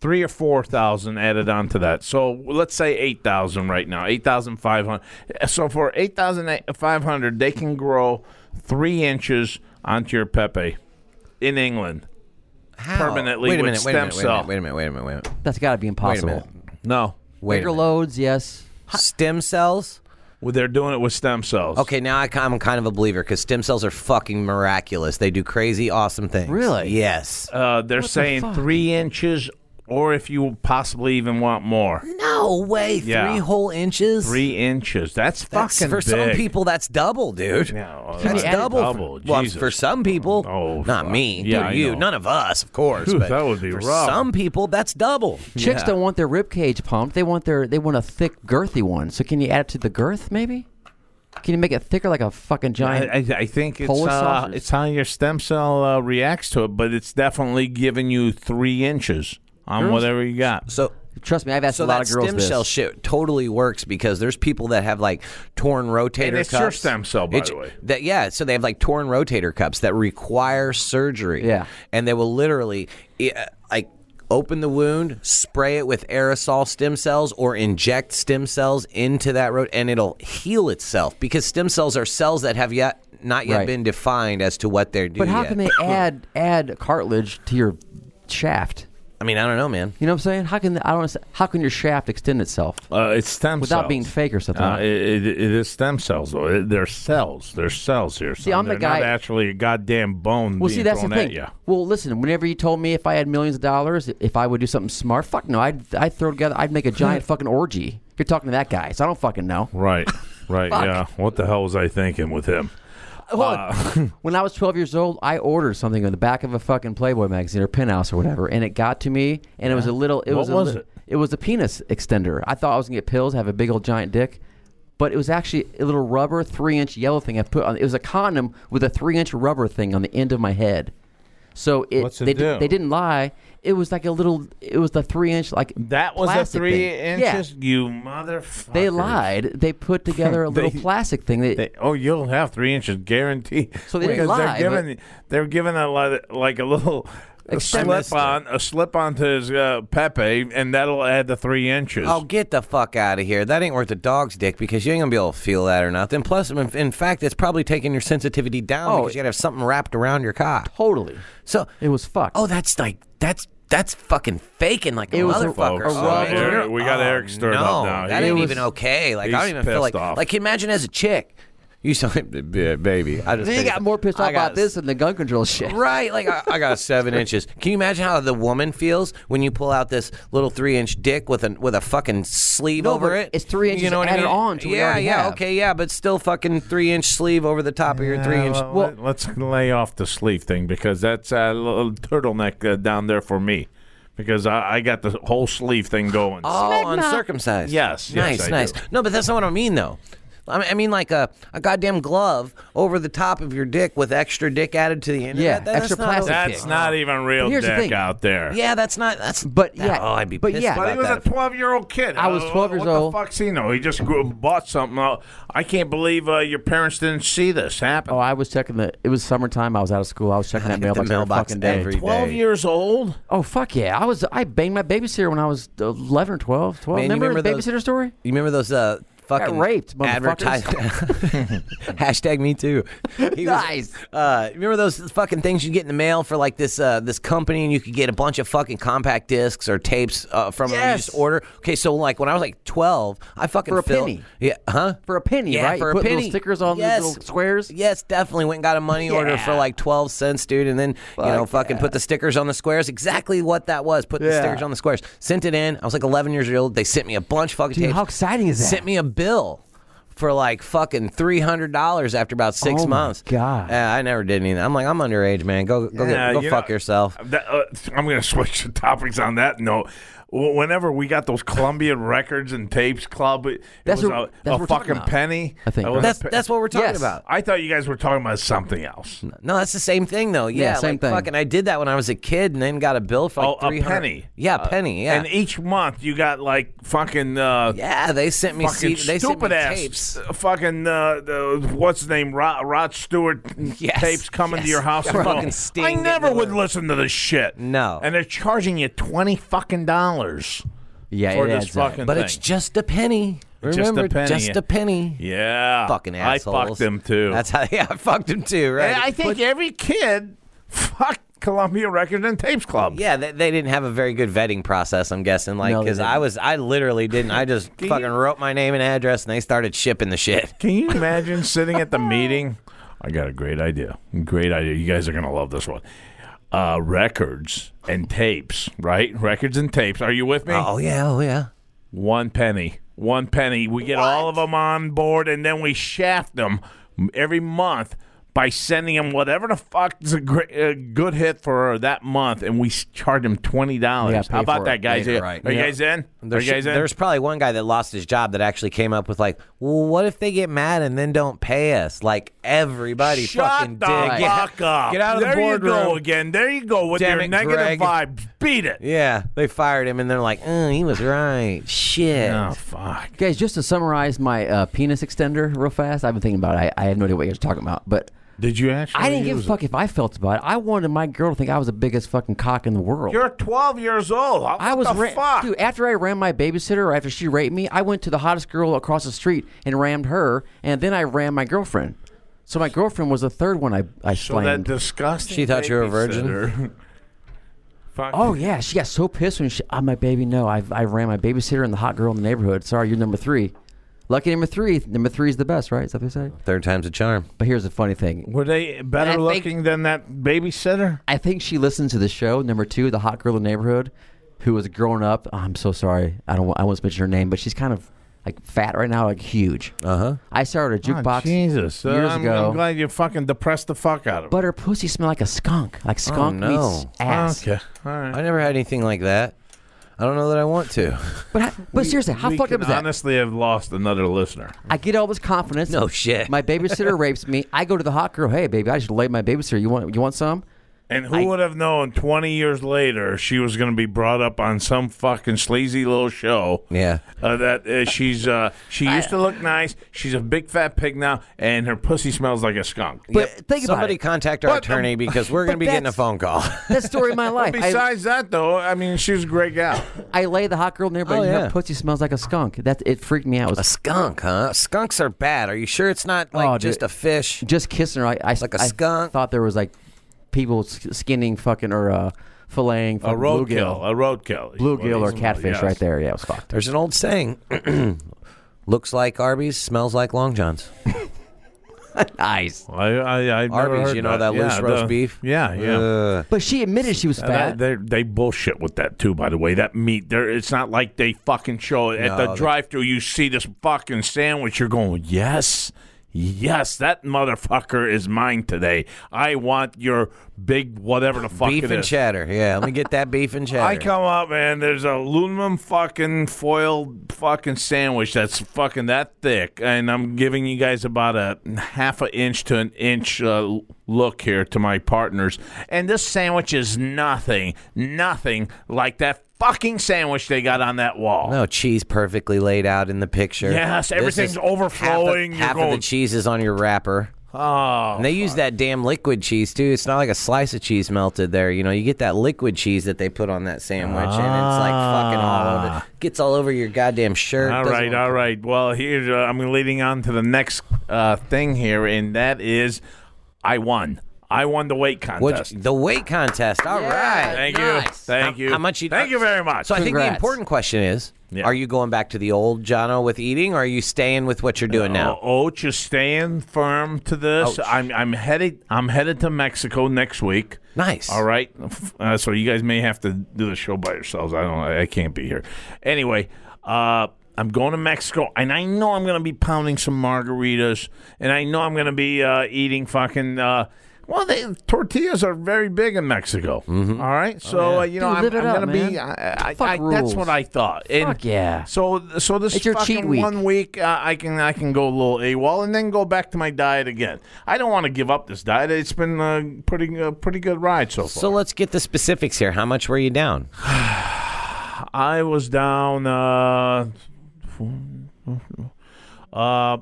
[SPEAKER 3] Three or four thousand added on to that, so let's say eight thousand right now, eight thousand five hundred. So for eight thousand five hundred, they can grow three inches onto your pepe in England.
[SPEAKER 2] How?
[SPEAKER 3] Permanently
[SPEAKER 2] wait a
[SPEAKER 3] with
[SPEAKER 2] minute, wait
[SPEAKER 3] stem
[SPEAKER 2] a minute,
[SPEAKER 3] cell.
[SPEAKER 2] Wait a minute, wait a minute, wait a minute.
[SPEAKER 4] That's got to be
[SPEAKER 2] Wait a
[SPEAKER 4] impossible.
[SPEAKER 2] minute.
[SPEAKER 3] No,
[SPEAKER 2] Wait a
[SPEAKER 4] Bigger
[SPEAKER 2] minute.
[SPEAKER 4] loads, yes.
[SPEAKER 2] Stem cells?
[SPEAKER 3] Well, they're doing it with stem cells.
[SPEAKER 2] Okay, now I, am kind of a believer because stem cells are fucking miraculous. They do crazy, awesome things.
[SPEAKER 4] Really?
[SPEAKER 2] Yes.
[SPEAKER 3] Uh, they're saying
[SPEAKER 4] fuck?
[SPEAKER 3] three inches, or if you possibly even want more,
[SPEAKER 2] No way. Three
[SPEAKER 3] Yeah.
[SPEAKER 2] whole inches?
[SPEAKER 3] three inches. That's,
[SPEAKER 2] That's,
[SPEAKER 3] fucking
[SPEAKER 2] for some
[SPEAKER 3] big.
[SPEAKER 2] people, that's double, dude.
[SPEAKER 3] Yeah, well,
[SPEAKER 2] That's
[SPEAKER 3] that's
[SPEAKER 2] double.
[SPEAKER 3] double,
[SPEAKER 2] For, well,
[SPEAKER 3] Jesus.
[SPEAKER 2] for some people,
[SPEAKER 3] Oh,
[SPEAKER 2] not
[SPEAKER 3] fuck.
[SPEAKER 2] me,
[SPEAKER 3] Yeah,
[SPEAKER 2] not
[SPEAKER 3] I
[SPEAKER 2] you,
[SPEAKER 3] know.
[SPEAKER 2] none of us, of course.
[SPEAKER 3] Phew,
[SPEAKER 2] but
[SPEAKER 3] that would be
[SPEAKER 2] for
[SPEAKER 3] rough.
[SPEAKER 2] Some people, that's double.
[SPEAKER 4] Chicks
[SPEAKER 3] Yeah.
[SPEAKER 4] don't want their rib cage pumped. They want their they want a thick, girthy one. So can you add it to the girth, maybe? Can you make it thicker like a fucking giant?
[SPEAKER 3] I, I, I think it's
[SPEAKER 4] Polish
[SPEAKER 3] uh,
[SPEAKER 4] sausage.
[SPEAKER 3] it's how your stem cell uh, reacts to it, but it's definitely giving you three inches on whatever you got.
[SPEAKER 2] So.
[SPEAKER 4] Trust me, I've asked
[SPEAKER 2] So
[SPEAKER 4] a lot
[SPEAKER 2] that
[SPEAKER 4] of girls
[SPEAKER 2] stem
[SPEAKER 4] this.
[SPEAKER 2] cell shit totally works because there's people that have like torn rotator
[SPEAKER 3] And it's
[SPEAKER 2] cuffs.
[SPEAKER 3] your stem cell, by the way.
[SPEAKER 2] That yeah, so they have like torn rotator cuffs that require surgery.
[SPEAKER 4] Yeah.
[SPEAKER 2] and they will literally eh, uh, like open the wound, spray it with aerosol stem cells, or inject stem cells into that road, and it'll heal itself because stem cells are cells that have yet not yet
[SPEAKER 4] Right.
[SPEAKER 2] been defined as to what they're doing.
[SPEAKER 4] but how can they add add cartilage to your shaft?
[SPEAKER 2] I mean, I don't know, man.
[SPEAKER 4] You know what I'm saying? How can I don't understand- how can your shaft extend itself?
[SPEAKER 3] Uh, it's stem
[SPEAKER 4] Without
[SPEAKER 3] cells.
[SPEAKER 4] being fake or something.
[SPEAKER 3] Uh, it, it, it is stem cells though. It- they're cells. They're cells here. See,
[SPEAKER 4] I'm the
[SPEAKER 3] Not
[SPEAKER 4] guy-
[SPEAKER 3] actually, a goddamn bone.
[SPEAKER 4] Well,
[SPEAKER 3] being
[SPEAKER 4] see, that's the
[SPEAKER 3] thrown
[SPEAKER 4] thing.
[SPEAKER 3] At you.
[SPEAKER 4] Well, listen, whenever you told me if I had millions of dollars, if I would do something smart, fuck no, I'd I'd throw together, I'd make a giant fucking orgy. You're talking to that guy, so I don't fucking know.
[SPEAKER 3] Right. Right. yeah. What the hell was I thinking with him? Uh,
[SPEAKER 4] Look, when I was 12 years old, I ordered something on the back of a fucking Playboy magazine or Penthouse or whatever, and it got to me, and it was a little. It
[SPEAKER 3] What
[SPEAKER 4] was, a
[SPEAKER 3] was
[SPEAKER 4] li-
[SPEAKER 3] it?
[SPEAKER 4] It was a penis extender. I thought I was gonna get pills, have a big old giant dick, but it was actually a little rubber three inch yellow thing I put on. It was a condom with a three inch rubber thing on the end of my head. So it,
[SPEAKER 3] What's it
[SPEAKER 4] they
[SPEAKER 3] do?
[SPEAKER 4] Did, they didn't lie. It was like a little. It was the three inch like
[SPEAKER 3] That was a
[SPEAKER 4] plastic
[SPEAKER 3] three
[SPEAKER 4] thing.
[SPEAKER 3] inches.
[SPEAKER 4] Yeah.
[SPEAKER 3] You motherfucker.
[SPEAKER 4] They lied. They put together a little
[SPEAKER 3] They-
[SPEAKER 4] plastic thing. They,
[SPEAKER 3] They, oh, you'll have three inches guaranteed.
[SPEAKER 4] So they didn't
[SPEAKER 3] Because
[SPEAKER 4] lie,
[SPEAKER 3] They're
[SPEAKER 4] but-
[SPEAKER 3] giving, they're giving a li- like a little a
[SPEAKER 2] Extended.
[SPEAKER 3] slip on a slip onto his uh, Pepe, and that'll add the three inches.
[SPEAKER 2] Oh, get the fuck out of here. That ain't worth a dog's dick because you ain't gonna be able to feel that or nothing. Plus, in in fact, it's probably taking your sensitivity down
[SPEAKER 4] Oh.
[SPEAKER 2] because you gotta have something wrapped around your cock.
[SPEAKER 4] totally.
[SPEAKER 2] So
[SPEAKER 4] It was fucked.
[SPEAKER 2] Oh, that's like that's that's fucking faking like a
[SPEAKER 4] It was a-
[SPEAKER 2] motherfucker.
[SPEAKER 4] a
[SPEAKER 2] Oh,
[SPEAKER 4] rubber-
[SPEAKER 3] uh, Eric- we got
[SPEAKER 2] oh,
[SPEAKER 3] Eric stirred
[SPEAKER 2] no,
[SPEAKER 3] up now.
[SPEAKER 2] That
[SPEAKER 3] He
[SPEAKER 2] ain't
[SPEAKER 3] was-
[SPEAKER 2] even okay. Like
[SPEAKER 3] he's
[SPEAKER 2] I don't even feel
[SPEAKER 3] pissed
[SPEAKER 2] like
[SPEAKER 3] off.
[SPEAKER 2] like imagine as a chick. You sound like baby. I just
[SPEAKER 4] He got more pissed off
[SPEAKER 2] I got
[SPEAKER 4] about this than the gun control shit.
[SPEAKER 2] Right, like I, I got seven inches. Can you imagine how the woman feels when you pull out this little three-inch dick with a with a fucking sleeve
[SPEAKER 4] No,
[SPEAKER 2] over
[SPEAKER 4] but
[SPEAKER 2] it?
[SPEAKER 4] it's three inches
[SPEAKER 2] You know what I
[SPEAKER 4] added
[SPEAKER 2] mean?
[SPEAKER 4] on to what we
[SPEAKER 2] yeah,
[SPEAKER 4] already
[SPEAKER 2] yeah,
[SPEAKER 4] have.
[SPEAKER 2] okay, yeah, but still fucking three-inch sleeve over the top of your three-inch.
[SPEAKER 3] Uh,
[SPEAKER 4] well-
[SPEAKER 3] let- let's lay off the sleeve thing because that's a little turtleneck uh, down there for me. because I, I got the whole sleeve thing going.
[SPEAKER 4] Oh,
[SPEAKER 2] all uncircumcised.
[SPEAKER 3] Yes, yes,
[SPEAKER 2] Nice,
[SPEAKER 3] I
[SPEAKER 2] nice.
[SPEAKER 3] do.
[SPEAKER 2] No, but that's not what I mean, though. I mean, I mean like a, a goddamn glove over the top of your dick with extra dick added to the end. of
[SPEAKER 4] Yeah,
[SPEAKER 2] it. That- that's
[SPEAKER 4] extra
[SPEAKER 2] not
[SPEAKER 4] plastic
[SPEAKER 2] okay.
[SPEAKER 3] That's not even real
[SPEAKER 4] But here's the
[SPEAKER 3] dick
[SPEAKER 4] thing.
[SPEAKER 3] out there.
[SPEAKER 2] Yeah, that's not. That's
[SPEAKER 4] But
[SPEAKER 2] that-
[SPEAKER 4] yeah,
[SPEAKER 2] Oh, I'd be
[SPEAKER 4] but
[SPEAKER 2] pissed
[SPEAKER 4] yeah.
[SPEAKER 2] about
[SPEAKER 3] But he was
[SPEAKER 2] that.
[SPEAKER 3] a 12 year old kid.
[SPEAKER 4] I was
[SPEAKER 3] Uh,
[SPEAKER 4] 12 years old.
[SPEAKER 3] What the fuck's he know? He just grew, bought something. Out. I can't believe uh, your parents didn't see this happen.
[SPEAKER 4] Oh, I was checking the. It was summertime. I was out of school. I was checking that
[SPEAKER 2] Hit the
[SPEAKER 4] mailbox,
[SPEAKER 2] mailbox
[SPEAKER 4] every fucking
[SPEAKER 2] every
[SPEAKER 4] day.
[SPEAKER 2] day.
[SPEAKER 3] 12 years old?
[SPEAKER 4] Oh fuck yeah! I was. I banged my babysitter when I was eleven or 12. 12.
[SPEAKER 2] Man, you
[SPEAKER 4] remember, the
[SPEAKER 2] remember
[SPEAKER 4] babysitter
[SPEAKER 2] those-
[SPEAKER 4] story?
[SPEAKER 2] You remember those uh, fucking
[SPEAKER 4] raped, motherfuckers.
[SPEAKER 2] advertise- Hashtag me too. He was-
[SPEAKER 4] Nice.
[SPEAKER 2] uh, remember those fucking things you get in the mail for like this uh, this company, and you could get a bunch of fucking compact discs or tapes uh, from them. You
[SPEAKER 4] Yes.
[SPEAKER 2] just order. Okay, so like when I was like twelve, I fucking
[SPEAKER 4] For a
[SPEAKER 2] filled-
[SPEAKER 4] penny.
[SPEAKER 2] Yeah, huh?
[SPEAKER 4] For a penny,
[SPEAKER 2] Yeah,
[SPEAKER 4] right?
[SPEAKER 2] for
[SPEAKER 4] You
[SPEAKER 2] a
[SPEAKER 4] put
[SPEAKER 2] penny.
[SPEAKER 4] Little stickers on
[SPEAKER 2] Yes.
[SPEAKER 4] these little squares.
[SPEAKER 2] Yes, definitely went and got a money order for
[SPEAKER 4] Yeah.
[SPEAKER 2] like 12 cents, dude, and then, you know,
[SPEAKER 4] Fuck
[SPEAKER 2] fucking put the stickers on the squares. Exactly what that was. Put the
[SPEAKER 4] Yeah.
[SPEAKER 2] stickers on the squares. Sent it in. I was like 11 years old. They sent me a bunch of fucking
[SPEAKER 4] Dude,
[SPEAKER 2] tapes.
[SPEAKER 4] how exciting is that?
[SPEAKER 2] Sent me a bill for like fucking $300 after about six
[SPEAKER 4] Oh my
[SPEAKER 2] months.
[SPEAKER 4] God.
[SPEAKER 2] Yeah, I never did anything. I'm like, I'm underage, man. Go go,
[SPEAKER 3] Yeah,
[SPEAKER 2] get, go
[SPEAKER 3] you
[SPEAKER 2] fuck
[SPEAKER 3] know,
[SPEAKER 2] yourself.
[SPEAKER 3] that- uh, I'm going to switch the topics on that note. Wh- Whenever we got those Columbia Records and Tapes Club, it, it
[SPEAKER 4] That's
[SPEAKER 3] was
[SPEAKER 4] what-
[SPEAKER 3] a,
[SPEAKER 4] that's
[SPEAKER 3] a
[SPEAKER 4] what we're talking
[SPEAKER 3] fucking
[SPEAKER 4] about.
[SPEAKER 3] penny.
[SPEAKER 4] I think,
[SPEAKER 3] That
[SPEAKER 4] right?
[SPEAKER 3] was a
[SPEAKER 2] That's
[SPEAKER 3] pe-
[SPEAKER 2] that's what we're talking
[SPEAKER 4] Yes.
[SPEAKER 2] about.
[SPEAKER 3] I thought you guys were talking about something else.
[SPEAKER 2] No, that's the same thing though. Yeah,
[SPEAKER 4] same
[SPEAKER 2] like,
[SPEAKER 4] thing.
[SPEAKER 2] Fucking, I did that when I was a kid, and then got a bill for like
[SPEAKER 3] oh, a
[SPEAKER 2] 300
[SPEAKER 3] penny.
[SPEAKER 2] Yeah, a penny. Yeah,
[SPEAKER 3] And each month you got like fucking uh,
[SPEAKER 2] Yeah, they sent me
[SPEAKER 3] fucking
[SPEAKER 2] C- they sent me
[SPEAKER 3] stupid ass
[SPEAKER 2] tapes.
[SPEAKER 3] uh, fucking uh, the, what's his name Rod, Rod Stewart mm,
[SPEAKER 2] Yes,
[SPEAKER 3] tapes coming to
[SPEAKER 2] yes.
[SPEAKER 3] your house.
[SPEAKER 2] Yeah,
[SPEAKER 3] and
[SPEAKER 2] fucking
[SPEAKER 3] going,
[SPEAKER 2] Sting
[SPEAKER 3] I
[SPEAKER 2] getting
[SPEAKER 3] never would
[SPEAKER 2] delivered.
[SPEAKER 3] listen to this shit.
[SPEAKER 2] No.
[SPEAKER 3] and they're charging you twenty fucking dollars
[SPEAKER 4] Yeah,
[SPEAKER 3] for
[SPEAKER 4] it
[SPEAKER 3] this
[SPEAKER 4] adds up.
[SPEAKER 3] fucking
[SPEAKER 2] But
[SPEAKER 3] thing.
[SPEAKER 2] it's just a penny.
[SPEAKER 3] Just a
[SPEAKER 2] Remember, just a penny.
[SPEAKER 3] penny. yeah,
[SPEAKER 2] Fucking assholes.
[SPEAKER 3] I fucked them too.
[SPEAKER 2] That's how. Yeah, I fucked them too. Right.
[SPEAKER 3] And I think every kid fucked Columbia Records and Tapes Club.
[SPEAKER 2] yeah, they, they didn't have a very good vetting process. I'm guessing, like,
[SPEAKER 4] No, they
[SPEAKER 2] because
[SPEAKER 4] didn't.
[SPEAKER 2] I was, I literally didn't. I just fucking wrote my name and address, and they started shipping the shit.
[SPEAKER 3] Can you imagine sitting at the meeting? I got a great idea. Great idea. You guys are going to love this one. Uh, records and tapes, right? Records and tapes. Are you with me?
[SPEAKER 2] Oh yeah, oh yeah.
[SPEAKER 3] One penny. One penny. We get all of them on board and then we shaft them every month by sending them whatever the fuck is a, great, a good hit for that month and we s- charge them $20.
[SPEAKER 4] Yeah, pay
[SPEAKER 3] How about
[SPEAKER 4] for
[SPEAKER 3] that,
[SPEAKER 4] it
[SPEAKER 3] guys?
[SPEAKER 2] later,
[SPEAKER 3] Are-
[SPEAKER 2] right.
[SPEAKER 3] Are you
[SPEAKER 2] Yeah.
[SPEAKER 3] guys in? Are
[SPEAKER 2] There's,
[SPEAKER 3] you guys in?
[SPEAKER 2] there's probably one guy that lost his job that actually came up with like, well, what if they get mad and then don't pay us? Like everybody
[SPEAKER 3] Shut
[SPEAKER 2] fucking
[SPEAKER 3] the
[SPEAKER 2] did.
[SPEAKER 3] fuck
[SPEAKER 2] yeah.
[SPEAKER 3] up.
[SPEAKER 2] Get out of
[SPEAKER 3] there
[SPEAKER 2] the boardroom.
[SPEAKER 3] you go again. There you go with
[SPEAKER 2] Damn
[SPEAKER 3] your
[SPEAKER 2] it, Greg.
[SPEAKER 3] negative vibes. Beat it.
[SPEAKER 2] Yeah, they fired him, and they're like, "Uh, he was right. Shit.
[SPEAKER 3] Oh fuck.
[SPEAKER 4] Guys, just to summarize my uh, penis extender real fast, I've been thinking about it. I, I had no idea what you guys were talking about, but
[SPEAKER 3] Did you actually?
[SPEAKER 4] I didn't give a fuck if I felt about it. I wanted my girl to think I was the biggest fucking cock in the world.
[SPEAKER 3] You're 12 years old. What
[SPEAKER 4] I was
[SPEAKER 3] the
[SPEAKER 4] ra-
[SPEAKER 3] fuck.
[SPEAKER 4] dude. After I ran my babysitter, or after she raped me, I went to the hottest girl across the street and rammed her, and then I rammed my girlfriend. So my girlfriend was the third one I I
[SPEAKER 3] so that
[SPEAKER 4] slammed.
[SPEAKER 3] disgusting.
[SPEAKER 2] She thought you were a virgin?
[SPEAKER 3] babysitter. fuck.
[SPEAKER 4] oh yeah, she got so pissed when she. Oh, my baby, no, I I ran my babysitter and the hot girl in the neighborhood. Sorry, you're number three. Lucky number three. Number three is the best, right? Is that what they say?
[SPEAKER 2] Third time's a charm.
[SPEAKER 4] But here's the funny thing.
[SPEAKER 3] Were they better
[SPEAKER 4] I think-
[SPEAKER 3] looking than that babysitter?
[SPEAKER 4] I think she listened to the show number two, the hot girl in the neighborhood, who was growing up. Oh, I'm so sorry, I don't. wa- I won't mention her name, but she's kind of like fat right now, like huge. Uh
[SPEAKER 2] Uh-huh.
[SPEAKER 4] I started a
[SPEAKER 3] Oh,
[SPEAKER 4] jukebox
[SPEAKER 3] Jesus. Uh,
[SPEAKER 4] years
[SPEAKER 3] I'm,
[SPEAKER 4] ago.
[SPEAKER 3] I'm glad you fucking depressed the fuck out of her.
[SPEAKER 4] But her pussy smelled like a skunk, like skunk
[SPEAKER 2] Oh, no.
[SPEAKER 4] meets ass.
[SPEAKER 3] okay. All right.
[SPEAKER 2] I never had anything like that. I don't know that I want to.
[SPEAKER 4] But I, but seriously, how
[SPEAKER 3] we
[SPEAKER 4] fucked up
[SPEAKER 3] can
[SPEAKER 4] is that?
[SPEAKER 3] Honestly, have lost another listener.
[SPEAKER 4] I get all this confidence.
[SPEAKER 2] No shit.
[SPEAKER 4] My babysitter rapes me. I go to the hot girl. Hey, baby, I just laid my babysitter. You want you want some?
[SPEAKER 3] And who would have known 20 years later she was going to be brought up on some fucking sleazy little show?
[SPEAKER 2] Yeah.
[SPEAKER 3] Uh, that uh, she's uh, she used to look nice. She's a big fat pig now, and her pussy smells like a skunk.
[SPEAKER 4] But think about
[SPEAKER 2] Somebody
[SPEAKER 4] it.
[SPEAKER 2] contact our
[SPEAKER 3] But-
[SPEAKER 2] attorney because we're
[SPEAKER 4] but
[SPEAKER 2] going to be getting a
[SPEAKER 4] that's-
[SPEAKER 2] phone call.
[SPEAKER 4] That story of my life. I,
[SPEAKER 3] Besides that, though, I mean, she was a great gal.
[SPEAKER 4] I lay the hot girl nearby.
[SPEAKER 2] Oh,
[SPEAKER 4] and
[SPEAKER 2] yeah.
[SPEAKER 4] Her pussy smells like a skunk. That it freaked me out.
[SPEAKER 2] a
[SPEAKER 4] It was
[SPEAKER 2] skunk, huh? Skunks are bad. Are you sure it's not like
[SPEAKER 4] Oh, dude.
[SPEAKER 2] just a fish?
[SPEAKER 4] just kissing her. I, I
[SPEAKER 2] Like a
[SPEAKER 4] I
[SPEAKER 2] skunk?
[SPEAKER 4] Thought there was like people sk- skinning fucking or uh, filleting
[SPEAKER 3] A
[SPEAKER 4] fucking
[SPEAKER 3] roadkill,
[SPEAKER 4] bluegill,
[SPEAKER 3] a roadkill,
[SPEAKER 4] bluegill or catfish
[SPEAKER 3] Yes.
[SPEAKER 4] right there. Yeah, it was fucked.
[SPEAKER 2] There's an old saying. Looks like Arby's, smells like Long John's.
[SPEAKER 4] Nice.
[SPEAKER 3] I, I, I've never
[SPEAKER 2] Arby's,
[SPEAKER 3] heard
[SPEAKER 2] you know that, loose
[SPEAKER 3] Yeah,
[SPEAKER 2] roast
[SPEAKER 3] the-
[SPEAKER 2] beef. Uh,
[SPEAKER 3] Yeah, yeah.
[SPEAKER 2] Ugh.
[SPEAKER 4] But she admitted she was
[SPEAKER 3] And that-
[SPEAKER 4] fat.
[SPEAKER 3] they they bullshit with that too. By the way, that meat there, it's not like they fucking show it at
[SPEAKER 2] No,
[SPEAKER 3] the
[SPEAKER 2] they-
[SPEAKER 3] drive-through. You see this fucking sandwich, you're going, yes, yes, that motherfucker is mine today. I want your big whatever the fuck
[SPEAKER 2] beef
[SPEAKER 3] it
[SPEAKER 2] and
[SPEAKER 3] is.
[SPEAKER 2] cheddar. Yeah, let me get that beef and cheddar.
[SPEAKER 3] I come up, man. There's a aluminum fucking foil fucking sandwich that's fucking that thick, and I'm giving you guys about a half an inch to an inch uh, look here to my partners. And this sandwich is nothing, nothing like that fucking sandwich they got on that wall.
[SPEAKER 2] No Oh, cheese perfectly laid out in the picture.
[SPEAKER 3] Yes,
[SPEAKER 2] This is
[SPEAKER 3] everything's overflowing,
[SPEAKER 2] Half,
[SPEAKER 3] you're
[SPEAKER 2] of, half of
[SPEAKER 3] going-
[SPEAKER 2] the cheese is on your wrapper.
[SPEAKER 3] Oh,
[SPEAKER 2] And they use that damn liquid cheese too. It's not like a slice of cheese melted there. You know, you get that liquid cheese that they put on that sandwich, and it's like fucking all over. Gets all over your goddamn shirt.
[SPEAKER 3] Ah. All
[SPEAKER 2] doesn't
[SPEAKER 3] right,
[SPEAKER 2] look-
[SPEAKER 3] all right. Well, here's uh, I'm leading on to the next uh, thing here, and that is, I won. I won the weight
[SPEAKER 2] What'd
[SPEAKER 3] contest.
[SPEAKER 2] you- the weight contest. All right.
[SPEAKER 3] Thank you,
[SPEAKER 4] Nice.
[SPEAKER 3] thank you.
[SPEAKER 2] How much? You,
[SPEAKER 3] Thank you very much.
[SPEAKER 2] So I think the
[SPEAKER 4] Congrats.
[SPEAKER 2] important question is:
[SPEAKER 3] Yeah.
[SPEAKER 2] Are you going back to the old Jono with eating, or are you staying with what you're doing now?
[SPEAKER 3] Oh, Oach is staying firm to this. I'm I'm headed I'm headed to Mexico next week.
[SPEAKER 2] Nice.
[SPEAKER 3] All right. Uh, so you guys may have to do the show by yourselves. I don't. I can't be here. Anyway, uh, I'm going to Mexico, and I know I'm going to be pounding some margaritas, and I know I'm going to be uh, eating fucking. Uh, well, they, tortillas are very big in Mexico.
[SPEAKER 2] Mm-hmm.
[SPEAKER 3] All right,
[SPEAKER 2] Oh,
[SPEAKER 3] so uh, you know
[SPEAKER 4] Dude,
[SPEAKER 3] I'm,
[SPEAKER 4] live it up,
[SPEAKER 3] I'm going to be.
[SPEAKER 4] man.
[SPEAKER 3] I, I,
[SPEAKER 4] Fuck
[SPEAKER 3] I, that's
[SPEAKER 4] rules.
[SPEAKER 3] what I thought. And
[SPEAKER 4] Fuck yeah.
[SPEAKER 3] So so this
[SPEAKER 4] It's your
[SPEAKER 3] fucking
[SPEAKER 4] cheat week.
[SPEAKER 3] one week uh, I can I can go a little AWOL and then go back to my diet again. I don't want to give up this diet. It's been a pretty uh, pretty good ride so far.
[SPEAKER 2] So let's get the specifics here. How much were you down?
[SPEAKER 3] I was down uh, uh,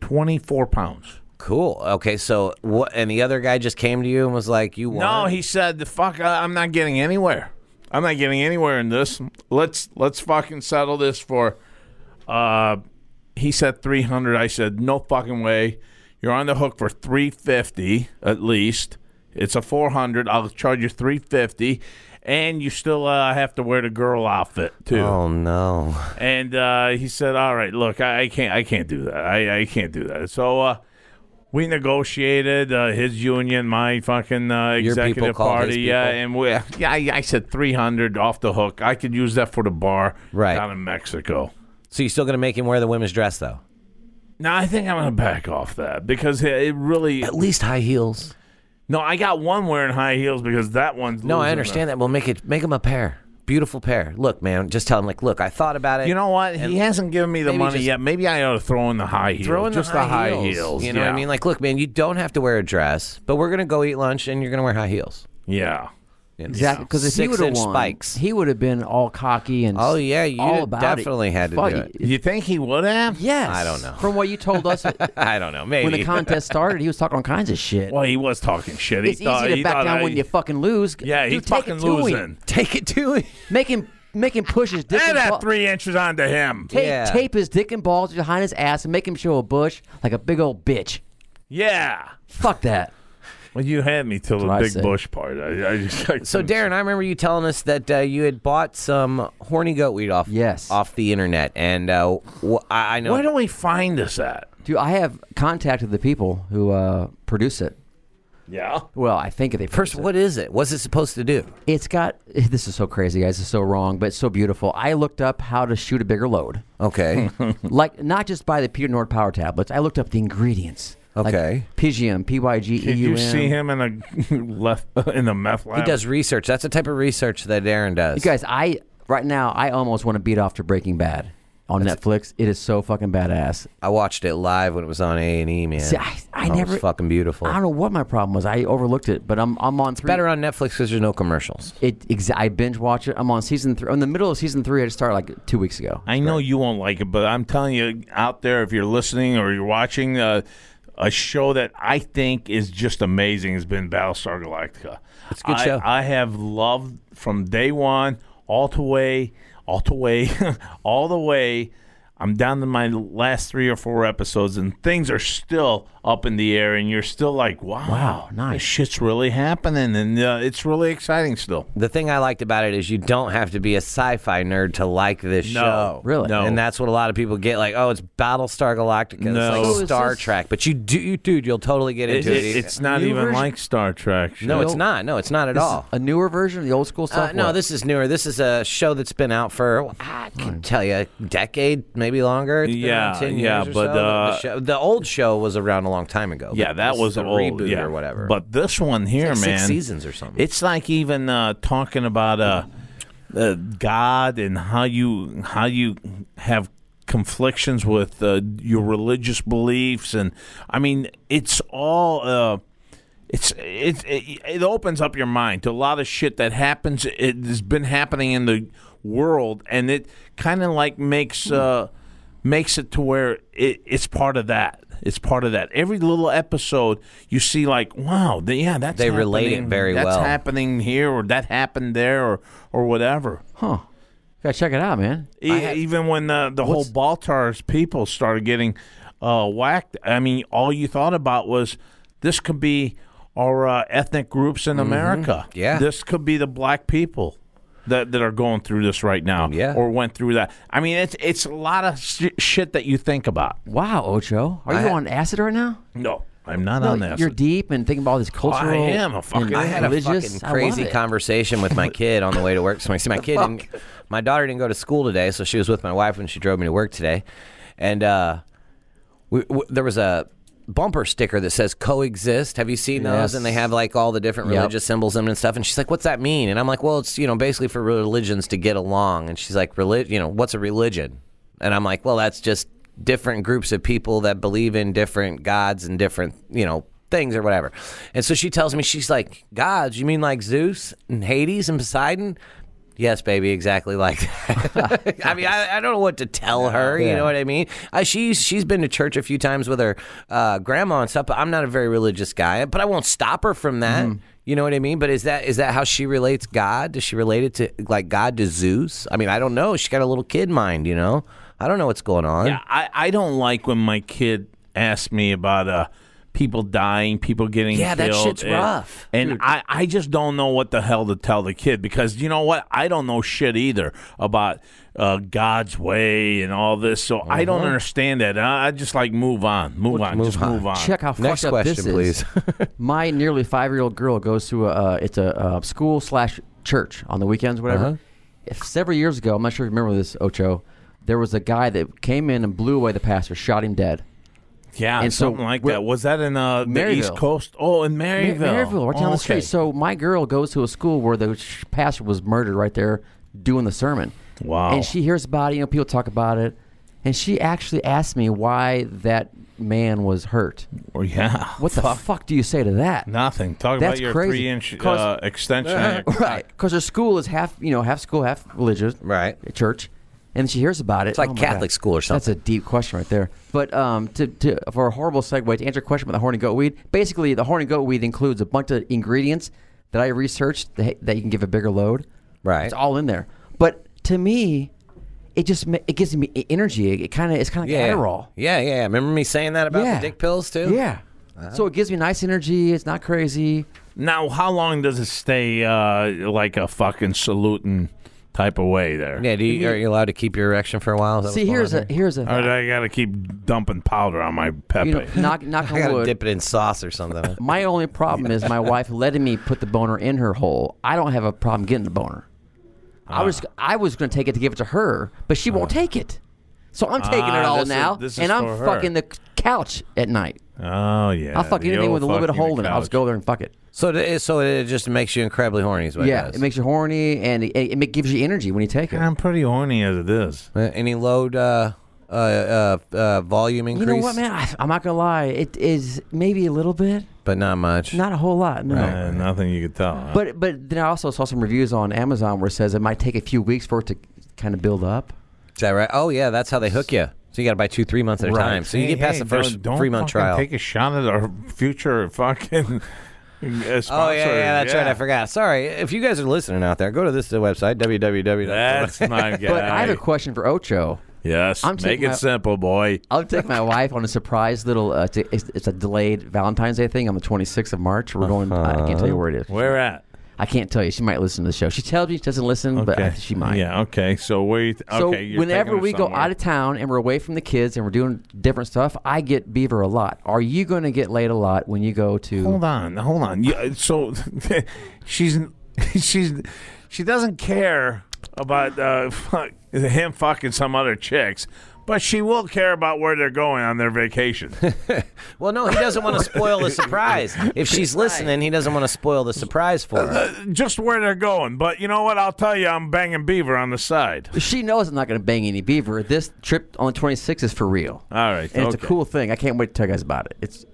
[SPEAKER 3] 24 pounds.
[SPEAKER 2] Cool. Okay. So what? And the other guy just came to you and was like, "You won."
[SPEAKER 3] No, he said, "The fuck, I, I'm not getting anywhere. I'm not getting anywhere in this. Let's let's fucking settle this for." Uh, he said 300. I said, "No fucking way. You're on the hook for 350 at least. It's a 400. I'll charge you 350." And you still uh, have to wear the girl outfit too.
[SPEAKER 2] Oh no.
[SPEAKER 3] And uh, he said, "All right, look, I, I can't, I can't do that. I, I can't do that." So uh, we negotiated uh, his union, my fucking uh,
[SPEAKER 2] Your people
[SPEAKER 3] executive
[SPEAKER 2] called his
[SPEAKER 3] party, yeah,
[SPEAKER 2] people?
[SPEAKER 3] and we, yeah, I, I said three hundred off the hook. I could use that for the bar
[SPEAKER 2] Right.
[SPEAKER 3] down in Mexico.
[SPEAKER 2] So you're still gonna make him wear the women's dress though?
[SPEAKER 3] Now I think I'm gonna back off that because it, it really
[SPEAKER 2] At least high heels.
[SPEAKER 3] no. I got one wearing high heels because that one's
[SPEAKER 2] No, I
[SPEAKER 3] losing
[SPEAKER 2] understand that. We'll make it make them a pair. Beautiful pair. Look, man, just tell him like, look, I thought about it.
[SPEAKER 3] You know what? He hasn't given me the
[SPEAKER 2] maybe
[SPEAKER 3] money
[SPEAKER 2] just-
[SPEAKER 3] yet. Maybe I ought to throw in the high heels.
[SPEAKER 2] throw in
[SPEAKER 3] just
[SPEAKER 2] the high,
[SPEAKER 3] heels.
[SPEAKER 2] You know what
[SPEAKER 3] Yeah.
[SPEAKER 2] I mean? Like, look, man, you don't have to wear a dress, but we're gonna go eat lunch and you're gonna wear high heels.
[SPEAKER 3] yeah.
[SPEAKER 2] You know?
[SPEAKER 4] Exactly, because if he
[SPEAKER 2] Six
[SPEAKER 4] would have
[SPEAKER 2] inch
[SPEAKER 4] won,
[SPEAKER 2] spikes.
[SPEAKER 4] he would have been all cocky and
[SPEAKER 2] Oh, yeah, you
[SPEAKER 4] all about it.
[SPEAKER 2] definitely had to
[SPEAKER 4] Fuck,
[SPEAKER 2] do it.
[SPEAKER 3] You think he would have?
[SPEAKER 4] Yes,
[SPEAKER 2] I don't know.
[SPEAKER 4] From what you told us when
[SPEAKER 2] I don't know. Maybe
[SPEAKER 4] the contest started, he was talking all kinds of shit.
[SPEAKER 3] Well, he was talking shit.
[SPEAKER 4] it's
[SPEAKER 3] he thought,
[SPEAKER 4] easy
[SPEAKER 3] he
[SPEAKER 4] to back
[SPEAKER 3] thought
[SPEAKER 4] down
[SPEAKER 3] I-
[SPEAKER 4] when you fucking lose.
[SPEAKER 3] Yeah, he's
[SPEAKER 4] Dude, take
[SPEAKER 3] fucking
[SPEAKER 4] it to him.
[SPEAKER 3] losing.
[SPEAKER 2] take it to him.
[SPEAKER 4] Make him make him push his dick.
[SPEAKER 3] And
[SPEAKER 4] and
[SPEAKER 3] that
[SPEAKER 4] ball-
[SPEAKER 3] three inches onto him.
[SPEAKER 4] Tape,
[SPEAKER 2] Yeah.
[SPEAKER 4] tape his dick and balls behind his ass and make him show a bush like a big old bitch.
[SPEAKER 3] Yeah.
[SPEAKER 4] Fuck that.
[SPEAKER 3] Well, you had me till the
[SPEAKER 4] what I
[SPEAKER 3] big
[SPEAKER 4] said.
[SPEAKER 3] bush part. I, I just, I
[SPEAKER 2] So,
[SPEAKER 3] couldn't-
[SPEAKER 2] Darren, I remember you telling us that uh, you had bought some horny goat weed off
[SPEAKER 4] Yes.
[SPEAKER 2] off the internet, and uh, wh- I, I know
[SPEAKER 3] where do we find this at?
[SPEAKER 4] Dude, I have contacted the people who uh, produce it.
[SPEAKER 3] Yeah.
[SPEAKER 4] Well, I think they
[SPEAKER 2] first. What is it? What's it supposed to do?
[SPEAKER 4] It's got this is so crazy, guys. It's so wrong, but it's so beautiful. I looked up how to shoot a bigger load,
[SPEAKER 2] Okay,
[SPEAKER 4] like not just by the Peter Nord power tablets. I looked up the ingredients. Like
[SPEAKER 2] Okay.
[SPEAKER 4] Pygium, P Y G E
[SPEAKER 3] Did
[SPEAKER 4] U
[SPEAKER 3] you
[SPEAKER 4] M.
[SPEAKER 3] see him in a left in the meth lab?
[SPEAKER 2] he does research. That's the type of research that Darren does.
[SPEAKER 4] You guys, I right now I almost want to beat off to Breaking Bad on Netflix. It is so fucking badass.
[SPEAKER 2] I watched it live when it was on A and E, man.
[SPEAKER 4] See, I- I
[SPEAKER 2] Oh, it was
[SPEAKER 4] never-
[SPEAKER 2] fucking beautiful.
[SPEAKER 4] I don't know what my problem was. I overlooked it, but I'm I'm on three.
[SPEAKER 2] Better on Netflix because there's no commercials.
[SPEAKER 4] It ex- I binge watch it. I'm on season three. I'm in the middle of season three. I just started like two weeks ago.
[SPEAKER 3] I know you won't like it, but I'm telling you out there, if you're listening or you're watching, uh, a show that I think is just amazing has been Battlestar Galactica. It's
[SPEAKER 2] a good
[SPEAKER 3] I,
[SPEAKER 2] show.
[SPEAKER 3] I have loved from day one, all the way, all the way, all the way. I'm down to my last three or four episodes, and things are still up in the air, and you're still like, wow,
[SPEAKER 4] Wow,
[SPEAKER 3] This
[SPEAKER 4] nice.
[SPEAKER 3] shit's really happening, and uh, it's really exciting still.
[SPEAKER 2] The thing I liked about it is you don't have to be a sci-fi nerd to like this
[SPEAKER 3] No.
[SPEAKER 2] show.
[SPEAKER 4] Really? No.
[SPEAKER 2] And that's what a lot of people get like, oh, it's Battlestar Galactica.
[SPEAKER 3] No.
[SPEAKER 2] It's
[SPEAKER 3] So
[SPEAKER 2] like
[SPEAKER 4] is
[SPEAKER 2] Star
[SPEAKER 4] this-
[SPEAKER 2] Trek. But you do you dude, you'll totally get
[SPEAKER 3] It-
[SPEAKER 2] into it.
[SPEAKER 3] it- it's not
[SPEAKER 4] New
[SPEAKER 3] even
[SPEAKER 4] version-
[SPEAKER 3] like Star Trek.
[SPEAKER 2] no,
[SPEAKER 3] shit.
[SPEAKER 2] it's not. No, it's not at
[SPEAKER 4] This is
[SPEAKER 2] all.
[SPEAKER 4] Oh, a newer version, of the old school
[SPEAKER 2] Uh,
[SPEAKER 4] stuff.
[SPEAKER 2] no,
[SPEAKER 4] What?
[SPEAKER 2] this is newer. This is a show that's been out for I can tell you a decade, maybe longer. It's been
[SPEAKER 3] Yeah,
[SPEAKER 2] around 10
[SPEAKER 3] yeah,
[SPEAKER 2] years or
[SPEAKER 3] but,
[SPEAKER 2] so. The-
[SPEAKER 3] uh,
[SPEAKER 2] the, show, the old show was around a long time ago.
[SPEAKER 3] Yeah,
[SPEAKER 2] but
[SPEAKER 3] that
[SPEAKER 2] this
[SPEAKER 3] was
[SPEAKER 2] is the
[SPEAKER 3] old,
[SPEAKER 2] reboot
[SPEAKER 3] yeah.
[SPEAKER 2] or whatever.
[SPEAKER 3] But this one here,
[SPEAKER 2] like
[SPEAKER 3] man,
[SPEAKER 2] six seasons or something.
[SPEAKER 3] It's like even uh, talking about uh, uh, God and how you how you have conflictions with uh, your religious beliefs, and I mean, it's all. Uh, it's it, it it opens up your mind to a lot of shit that happens. It has been happening in the world, and it kind of like
[SPEAKER 2] Hmm.
[SPEAKER 3] makes uh makes it to where it, it's part of that. It's part of that. Every little episode, you see, like, wow, th- yeah, that's
[SPEAKER 2] They relate it
[SPEAKER 3] happening-
[SPEAKER 2] very
[SPEAKER 3] that's
[SPEAKER 2] well.
[SPEAKER 3] happening here, or that happened there, or or whatever.
[SPEAKER 4] Huh. Gotta check it out, man.
[SPEAKER 3] E- Even when uh, the whole
[SPEAKER 4] What's-
[SPEAKER 3] Baltar's people started getting uh, whacked, I mean, all you thought about was this could be our uh, ethnic groups in America.
[SPEAKER 2] Yeah.
[SPEAKER 3] This could be the black people that, that are going through this right now
[SPEAKER 2] Yeah.
[SPEAKER 3] or went through that. I mean, it's, it's a lot of sh- shit that you think about.
[SPEAKER 4] Wow, Ocho. Are you
[SPEAKER 2] I-
[SPEAKER 4] on acid right now?
[SPEAKER 3] No, I'm not on
[SPEAKER 4] No,
[SPEAKER 3] this.
[SPEAKER 4] You're deep and thinking about all these cultural.
[SPEAKER 3] am a fucking-
[SPEAKER 4] and
[SPEAKER 3] I
[SPEAKER 2] I had a
[SPEAKER 4] religious.
[SPEAKER 2] fucking
[SPEAKER 4] I love
[SPEAKER 2] crazy
[SPEAKER 4] it.
[SPEAKER 2] conversation with my kid on the way to work. So I see my kid, and my daughter didn't go to school today, so she was with my wife when she drove me to work today, and uh, we, w there was a bumper sticker that says coexist have you seen
[SPEAKER 4] Yes.
[SPEAKER 2] those and they have like all the different
[SPEAKER 4] Yep.
[SPEAKER 2] religious symbols in it and stuff and she's like what's that mean and i'm like well it's you know basically for religions to get along and she's like religion you know what's a religion and i'm like well that's just different groups of people that believe in different gods and different you know things or whatever and so she tells me she's like gods you mean like zeus and hades and poseidon Yes, baby, exactly like that. I mean, I, I don't know what to tell her. You
[SPEAKER 4] Yeah.
[SPEAKER 2] know what I mean? Uh, she's she's been to church a few times with her uh, grandma and stuff. But I'm not a very religious guy, but I won't stop her from that.
[SPEAKER 4] Mm.
[SPEAKER 2] You know what I mean? But is that is that how she relates God? Does she relate it to like God to Zeus? I mean, I don't know. She got a little kid mind. You know, I don't know what's going on.
[SPEAKER 3] Yeah, I, I don't like when my kid asks me about uh people dying, people getting
[SPEAKER 2] Yeah, that
[SPEAKER 3] killed,
[SPEAKER 2] shit's
[SPEAKER 3] and-
[SPEAKER 2] rough.
[SPEAKER 3] And I, I just don't know what the hell to tell the kid because you know what? I don't know shit either about uh, God's way and all this. So I don't
[SPEAKER 4] Uh-huh.
[SPEAKER 3] understand that. I, I just like move on, move on, just move on.
[SPEAKER 4] Check how
[SPEAKER 2] Next
[SPEAKER 4] fucked up this
[SPEAKER 2] question,
[SPEAKER 4] is.
[SPEAKER 2] please.
[SPEAKER 4] My nearly five-year-old girl goes to a uh, it's a uh, school slash church on the weekends, whatever. If several years ago, I'm not sure if you remember this, Ocho. There was a guy that came in and blew away the pastor, shot him dead.
[SPEAKER 3] yeah,
[SPEAKER 4] and so
[SPEAKER 3] something like
[SPEAKER 4] we're-
[SPEAKER 3] that. Was that in uh, the East
[SPEAKER 4] Maryville.
[SPEAKER 3] Coast? Oh, in
[SPEAKER 4] Ma-
[SPEAKER 3] Maryville,
[SPEAKER 4] Maryville, right down
[SPEAKER 3] Oh,
[SPEAKER 4] the street.
[SPEAKER 3] okay.
[SPEAKER 4] So my girl goes to a school where the sh- pastor was murdered right there doing the sermon.
[SPEAKER 3] Wow.
[SPEAKER 4] And she hears about it, you know, people talk about it. And she actually asked me why that man was hurt.
[SPEAKER 3] Oh, yeah,
[SPEAKER 4] What the fuck, do you say to that?
[SPEAKER 3] nothing. Talk
[SPEAKER 4] That's
[SPEAKER 3] about your
[SPEAKER 4] crazy.
[SPEAKER 3] three-inch
[SPEAKER 4] 'Cause-
[SPEAKER 3] uh, extension. on your cock.
[SPEAKER 4] Right. Because her school is half, you know, half school, half religious.
[SPEAKER 2] Right.
[SPEAKER 4] Church. And she hears about it. It's
[SPEAKER 2] like Catholic school or
[SPEAKER 4] Oh That's a deep question right there. But um, to, to for a horrible segue to answer a question about the horny goat weed, basically the horny goat weed includes a bunch of ingredients that I researched that, that you can give a bigger load.
[SPEAKER 2] Right.
[SPEAKER 4] It's all in there. But to me, it just ma- it gives me e- energy. It, kind of it's kind of
[SPEAKER 2] yeah,
[SPEAKER 4] Adderall.
[SPEAKER 2] yeah, yeah. Remember me saying that about
[SPEAKER 4] Yeah.
[SPEAKER 2] the dick pills too?
[SPEAKER 4] Yeah. So it gives me nice energy. It's not crazy.
[SPEAKER 3] Now, how long does it stay uh, like a fucking saluting type of way there?
[SPEAKER 2] Yeah, do you, are you allowed to keep your erection for a while? Is that
[SPEAKER 4] See,
[SPEAKER 2] what's going
[SPEAKER 4] here's
[SPEAKER 2] on
[SPEAKER 4] a here's a
[SPEAKER 3] Or do I gotta keep dumping powder on my pepe.
[SPEAKER 4] you know knock knock
[SPEAKER 2] here? I
[SPEAKER 4] on
[SPEAKER 2] gotta
[SPEAKER 4] wood.
[SPEAKER 2] dip it in sauce or something.
[SPEAKER 4] My only problem is my wife letting me put the boner in her hole. I don't have a problem getting the boner. I was
[SPEAKER 3] Ah.
[SPEAKER 4] I was going to take it to give it to her, but she won't take it. So I'm taking
[SPEAKER 3] Ah,
[SPEAKER 4] it all
[SPEAKER 3] this is-
[SPEAKER 4] now,
[SPEAKER 3] this is
[SPEAKER 4] and I'm
[SPEAKER 3] for her.
[SPEAKER 4] fucking the c- couch at night.
[SPEAKER 3] oh yeah.
[SPEAKER 4] I'll fuck
[SPEAKER 3] the
[SPEAKER 4] anything
[SPEAKER 3] old
[SPEAKER 4] with a little bit of
[SPEAKER 3] fucking
[SPEAKER 4] hole in it. I'll just
[SPEAKER 3] couch.
[SPEAKER 4] go there and fuck it.
[SPEAKER 2] So it, so it just makes you incredibly horny. Is what
[SPEAKER 4] yeah,
[SPEAKER 2] it,
[SPEAKER 4] it,
[SPEAKER 2] does.
[SPEAKER 4] makes you horny, and it, it, it gives you energy when you take it.
[SPEAKER 3] I'm pretty horny as it is.
[SPEAKER 2] Uh, Any load uh, uh, uh, uh, volume
[SPEAKER 4] You
[SPEAKER 2] increase,
[SPEAKER 4] know what, man? I, I'm not gonna lie. It is maybe a little bit,
[SPEAKER 2] but not much.
[SPEAKER 4] not a whole lot. No.
[SPEAKER 3] Uh, nothing you could tell. huh?
[SPEAKER 4] Oh, But but then I also saw some reviews on Amazon where it says it might take a few weeks for it to kind of build up.
[SPEAKER 2] Is that right? Oh yeah, that's how they hook you. So you got to buy two, three months at a
[SPEAKER 4] Right.
[SPEAKER 2] time. So you
[SPEAKER 3] Hey,
[SPEAKER 2] get past
[SPEAKER 3] hey,
[SPEAKER 2] the 1st
[SPEAKER 3] don't- don't
[SPEAKER 2] three month
[SPEAKER 3] fucking
[SPEAKER 2] trial.
[SPEAKER 3] Take a shot at our future fucking.
[SPEAKER 4] Oh,
[SPEAKER 3] uh, sponsor.
[SPEAKER 2] Oh yeah, yeah, that's right. I forgot. Sorry. If you guys are listening out there, go to this website www.
[SPEAKER 3] That's my guy.
[SPEAKER 4] But I have a question for Ocho.
[SPEAKER 3] yes,
[SPEAKER 4] I'm
[SPEAKER 3] make
[SPEAKER 4] taking
[SPEAKER 3] it
[SPEAKER 4] my-
[SPEAKER 3] simple, boy.
[SPEAKER 4] I'll take my wife on a surprise little. Uh, t- it's, it's a delayed Valentine's Day thing on the 26th of March. We're going.
[SPEAKER 3] Uh-huh.
[SPEAKER 4] I can't tell you where it is.
[SPEAKER 3] Where at?
[SPEAKER 4] I can't tell you. She might listen to the show. She tells me she doesn't listen, but I, she might.
[SPEAKER 3] Yeah. Okay. So where? You th-
[SPEAKER 4] So
[SPEAKER 3] okay, you're
[SPEAKER 4] whenever
[SPEAKER 3] taking her
[SPEAKER 4] we go
[SPEAKER 3] somewhere.
[SPEAKER 4] out of town and we're away from the kids and we're doing different stuff, I get beaver a lot. Are you going to get laid a lot when you go to?
[SPEAKER 3] Hold on, hold on. Yeah, so she's she's she doesn't care about uh, fuck, him fucking some other chicks, But she will care about where they're going on their vacation.
[SPEAKER 2] Well, no, he doesn't want to spoil the surprise. If she's listening, he doesn't want to spoil the surprise for her.
[SPEAKER 3] Just where they're going. But you know what? I'll tell you, I'm banging Beaver on the side.
[SPEAKER 4] She knows I'm not going to bang any beaver. This trip on the 26th is for real.
[SPEAKER 3] All right,
[SPEAKER 4] And it's a
[SPEAKER 3] okay. Uh,
[SPEAKER 4] cool thing. I can't wait to tell you guys about it. It's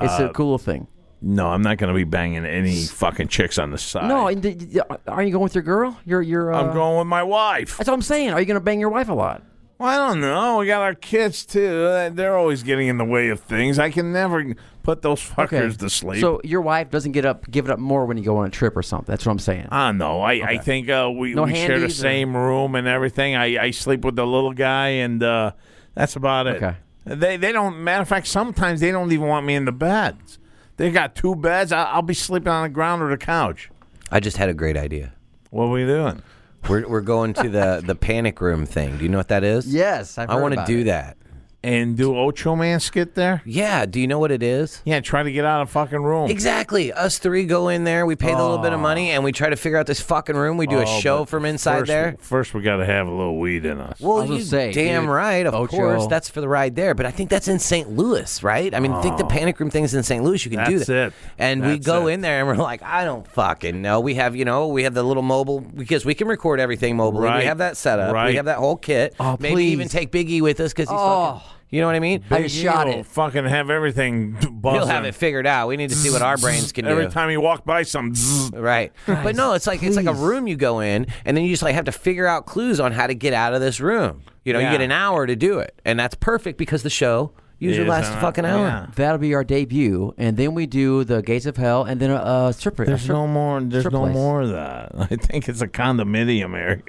[SPEAKER 4] it's a cool thing.
[SPEAKER 3] No, I'm not going to be banging any fucking chicks on the side.
[SPEAKER 4] No, and the- the- are you going with your girl? Your your. Uh,
[SPEAKER 3] I'm going with my wife.
[SPEAKER 4] That's what I'm saying. Are you going to bang your wife a lot?
[SPEAKER 3] Well, I don't know. We got our kids too. They're always getting in the way of things. I can never put those fuckers to sleep.
[SPEAKER 4] So your wife doesn't get up, give it up more when you go on a trip or something. That's what I'm saying.
[SPEAKER 3] I don't know. I, I think uh, we,
[SPEAKER 4] No
[SPEAKER 3] we share the
[SPEAKER 4] handies or-
[SPEAKER 3] same room and everything. I, I sleep with the little guy, and uh, that's about it.
[SPEAKER 4] Okay.
[SPEAKER 3] They they don't. Matter of fact, sometimes they don't even want me in the beds. They got two beds. I, I'll be sleeping on the ground or the couch.
[SPEAKER 2] I just had a great idea.
[SPEAKER 3] What are we doing?
[SPEAKER 2] We're, we're going to the, the panic room thing. Do you know what that is?
[SPEAKER 4] yes, I've
[SPEAKER 2] I
[SPEAKER 4] heard
[SPEAKER 2] want to
[SPEAKER 4] about
[SPEAKER 2] do
[SPEAKER 4] it.
[SPEAKER 2] that.
[SPEAKER 3] And do Ocho Man skit there?
[SPEAKER 2] Yeah. Do you know what it is?
[SPEAKER 3] Yeah, try to get out of fucking room.
[SPEAKER 2] Exactly. Us three go in there. We pay the little bit of money and we try to figure out this fucking room. We do a
[SPEAKER 3] Oh,
[SPEAKER 2] show
[SPEAKER 3] but
[SPEAKER 2] from inside
[SPEAKER 3] first,
[SPEAKER 2] there.
[SPEAKER 3] First, we got to have a little weed in us.
[SPEAKER 2] Well,
[SPEAKER 4] was
[SPEAKER 2] you
[SPEAKER 4] gonna say,
[SPEAKER 2] damn
[SPEAKER 4] dude,
[SPEAKER 2] right. Of
[SPEAKER 4] Ocho.
[SPEAKER 2] course, that's for the ride there. But I think that's in St. Louis, right? I mean, think the panic room thing's in St. Louis. You can do
[SPEAKER 3] That's
[SPEAKER 2] that.
[SPEAKER 3] it.
[SPEAKER 2] And we
[SPEAKER 3] That's
[SPEAKER 2] go
[SPEAKER 3] it.
[SPEAKER 2] in there and we're like, I don't fucking know. We have, you know, we have the little mobile because we can record everything mobily. We
[SPEAKER 3] Right.
[SPEAKER 2] have that set up. We
[SPEAKER 3] Right.
[SPEAKER 2] have that whole kit.
[SPEAKER 4] Oh,
[SPEAKER 2] Maybe even
[SPEAKER 4] please.
[SPEAKER 2] take Biggie with us because he's
[SPEAKER 4] Oh.
[SPEAKER 2] fucking. You know what I mean?
[SPEAKER 4] I just shot
[SPEAKER 3] He'll
[SPEAKER 4] it.
[SPEAKER 3] Fucking have everything buzzing.
[SPEAKER 2] We'll have it figured out. We need to see what our brains can do.
[SPEAKER 3] Every time you walk by, some. zzz.
[SPEAKER 2] Right. but no, it's like it's like a
[SPEAKER 4] please.
[SPEAKER 2] room you go in and then you just like have to figure out clues on how to get out of this room. You know,
[SPEAKER 3] Yeah.
[SPEAKER 2] you get an hour to do it. And that's perfect because the show usually
[SPEAKER 3] Is
[SPEAKER 2] lasts a
[SPEAKER 3] an
[SPEAKER 2] fucking hour.
[SPEAKER 3] hour.
[SPEAKER 4] That'll be our debut, and then we do the Gates of Hell, and then a, a stripper.
[SPEAKER 3] There's no more. There's
[SPEAKER 4] strip
[SPEAKER 3] no
[SPEAKER 4] place.
[SPEAKER 3] more of that. I think it's a condominium area.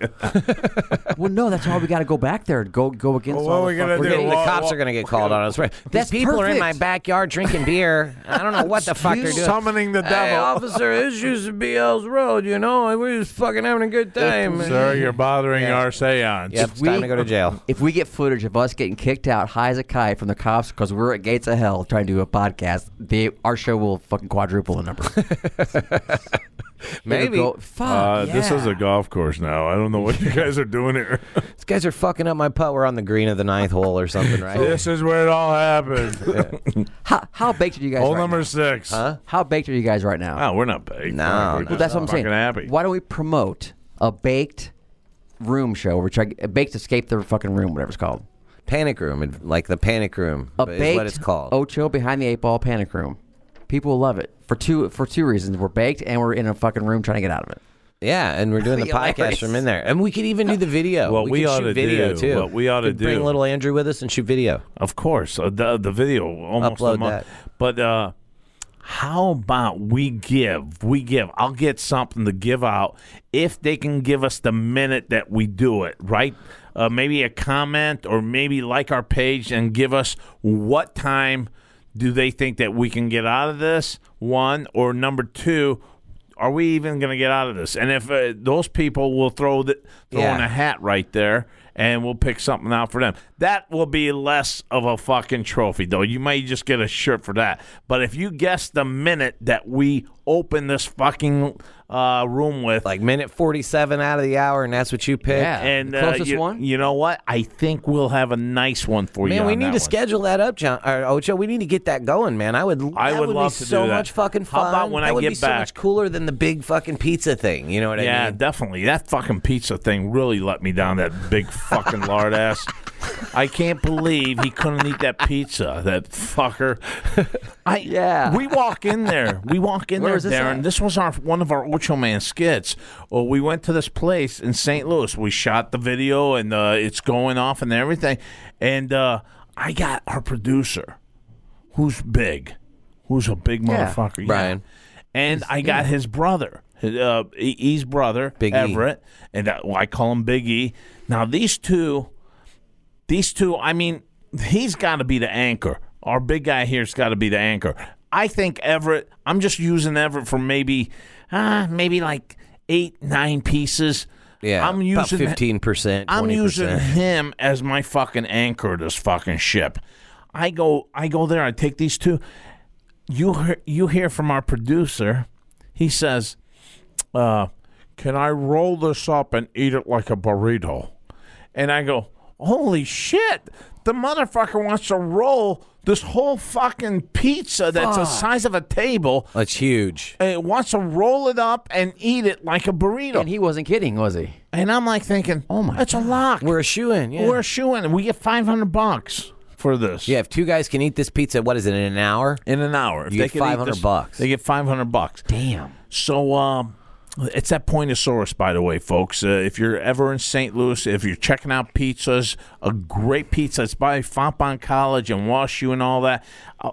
[SPEAKER 4] Well, no, that's why we got to go back there. Go go against.
[SPEAKER 3] Well, what
[SPEAKER 4] all
[SPEAKER 3] we
[SPEAKER 4] the
[SPEAKER 3] gonna
[SPEAKER 4] fuck-
[SPEAKER 2] We're
[SPEAKER 3] do?
[SPEAKER 2] getting, the
[SPEAKER 3] Well,
[SPEAKER 2] cops
[SPEAKER 3] well,
[SPEAKER 2] are going to get called on us. Right. These
[SPEAKER 4] That's
[SPEAKER 2] people are in my
[SPEAKER 4] perfect.
[SPEAKER 2] backyard drinking beer. I don't know what the fuck they're doing.
[SPEAKER 3] Summoning the
[SPEAKER 2] Hey,
[SPEAKER 3] devil.
[SPEAKER 2] officer, this used to be L's Road, you know, and we was fucking having a good time.
[SPEAKER 3] Sir, you're bothering
[SPEAKER 2] Yeah.
[SPEAKER 3] our seance.
[SPEAKER 2] Yep, it's time to go to jail.
[SPEAKER 4] If we get footage of us getting kicked out high as a kite from the cops because we're at Gates of Hell trying to do a podcast, they, our show will fucking quadruple in number.
[SPEAKER 2] Maybe.
[SPEAKER 4] It'll go- fuck.
[SPEAKER 3] Uh, This is
[SPEAKER 4] yeah.
[SPEAKER 3] a golf course now. I don't know what you guys are doing here.
[SPEAKER 2] These guys are fucking up my putt. We're on the green of the ninth hole or something, right?
[SPEAKER 3] this is where it all happened.
[SPEAKER 4] How, how baked are you guys?
[SPEAKER 3] Hole
[SPEAKER 4] right
[SPEAKER 3] number
[SPEAKER 4] now?
[SPEAKER 3] six. Huh?
[SPEAKER 4] How baked are you guys right now?
[SPEAKER 3] Oh, we're not big. We're
[SPEAKER 2] No, no,
[SPEAKER 4] well,
[SPEAKER 3] just
[SPEAKER 4] that's what I'm saying.
[SPEAKER 3] Fucking happy.
[SPEAKER 4] Why don't we promote a baked room show, which I a baked escape the fucking room, whatever it's called.
[SPEAKER 2] Panic room, it- like the panic room
[SPEAKER 4] A
[SPEAKER 2] is
[SPEAKER 4] baked
[SPEAKER 2] what it's called.
[SPEAKER 4] Ocho behind the eight ball panic room. People will love it for two for two reasons. We're baked and we're in a fucking room trying to get out of it.
[SPEAKER 2] Yeah, and we're doing the
[SPEAKER 4] Hilarious.
[SPEAKER 2] podcast from in there, and we could even do the video.
[SPEAKER 3] What we
[SPEAKER 2] could
[SPEAKER 3] ought
[SPEAKER 2] shoot
[SPEAKER 3] to
[SPEAKER 2] video
[SPEAKER 3] do-
[SPEAKER 2] too.
[SPEAKER 3] what we ought to
[SPEAKER 2] Could bring
[SPEAKER 3] do-
[SPEAKER 2] little Andrew with us and shoot video.
[SPEAKER 3] Of course, uh, the the video almost
[SPEAKER 2] Upload
[SPEAKER 3] a month.
[SPEAKER 2] that.
[SPEAKER 3] But uh, how about we give? We give. I'll get something to give out if they can give us the minute that we do it. Right? Uh, maybe a comment or maybe like our page and give us what time do they think that we can get out of this? One or number two. Are we even going to get out of this? And if uh, those people will throw the, throw in
[SPEAKER 2] Yeah.
[SPEAKER 3] a hat right there and we'll pick something out for them. That will be less of a fucking trophy, though. You may just get a shirt for that. But if you guess the minute that we open this fucking uh, room with,
[SPEAKER 2] Like minute forty-seven out of the hour, and that's what you pick.
[SPEAKER 4] Yeah.
[SPEAKER 3] and
[SPEAKER 4] the closest
[SPEAKER 3] uh, you,
[SPEAKER 4] one?
[SPEAKER 3] you know what? I think we'll have a nice one for you.
[SPEAKER 2] Man, we
[SPEAKER 3] on
[SPEAKER 2] need to
[SPEAKER 3] that one.
[SPEAKER 2] schedule that up, John or Ocho. We need to get that going, man. I would.
[SPEAKER 3] I
[SPEAKER 2] that
[SPEAKER 3] would love
[SPEAKER 2] be
[SPEAKER 3] to do
[SPEAKER 2] so
[SPEAKER 3] that.
[SPEAKER 2] much fucking fun.
[SPEAKER 3] How about when
[SPEAKER 2] that
[SPEAKER 3] I
[SPEAKER 2] would
[SPEAKER 3] get
[SPEAKER 2] be so much
[SPEAKER 3] back?
[SPEAKER 2] cooler than the big fucking pizza thing. You know what
[SPEAKER 3] Yeah,
[SPEAKER 2] I mean?
[SPEAKER 3] definitely. That fucking pizza thing really let me down. That big fucking lard ass. I can't believe he couldn't eat that pizza. That fucker. I
[SPEAKER 4] Yeah.
[SPEAKER 3] We walk in there. We walk in
[SPEAKER 4] Where
[SPEAKER 3] there,
[SPEAKER 4] was this
[SPEAKER 3] Darren.
[SPEAKER 4] at?
[SPEAKER 3] This was our one of our Ocho Man skits. Well, we went to this place in St. Louis. We shot the video, and uh, it's going off and everything. And uh, I got our producer, who's big, who's a big
[SPEAKER 4] Yeah.
[SPEAKER 3] motherfucker, yeah.
[SPEAKER 2] Brian.
[SPEAKER 3] And I got his brother, his, uh, E- E's brother,
[SPEAKER 2] Big E.
[SPEAKER 3] Everett, and uh, well, I call him Big E. Now these two, these two, I mean, he's got to be the anchor. Our big guy here's got to be the anchor. I think Everett. I'm just using Everett for maybe, uh, maybe like eight, nine pieces.
[SPEAKER 2] Yeah,
[SPEAKER 3] I'm
[SPEAKER 2] about
[SPEAKER 3] using
[SPEAKER 2] fifteen percent.
[SPEAKER 3] I'm using him as my fucking anchor to this fucking ship. I go I go there, I take these two. You hear, you hear from our producer. He says, uh, "Can I roll this up and eat it like a burrito?" And I go, holy shit, the motherfucker wants to roll this whole fucking pizza that's the size of a table.
[SPEAKER 2] That's huge.
[SPEAKER 3] And it wants to roll it up and eat it like a burrito.
[SPEAKER 4] And he wasn't kidding, was he?
[SPEAKER 3] And I'm like thinking, oh my, it's a lock.
[SPEAKER 2] We're a shoe in. Yeah.
[SPEAKER 3] We're shooing. We get 500 bucks for this.
[SPEAKER 2] yeah. If two guys can eat this pizza, what is it in an hour?
[SPEAKER 3] In an hour. If
[SPEAKER 2] You
[SPEAKER 3] they
[SPEAKER 2] get
[SPEAKER 3] could eat
[SPEAKER 2] 500
[SPEAKER 3] this-
[SPEAKER 2] bucks.
[SPEAKER 3] They get 500 bucks.
[SPEAKER 4] Damn.
[SPEAKER 3] So, um, it's that Pointosaurus, by the way, folks. Uh, if you're ever in St. Louis, if you're checking out pizzas, a great pizza. It's by Fompon College and WashU and all that. Uh,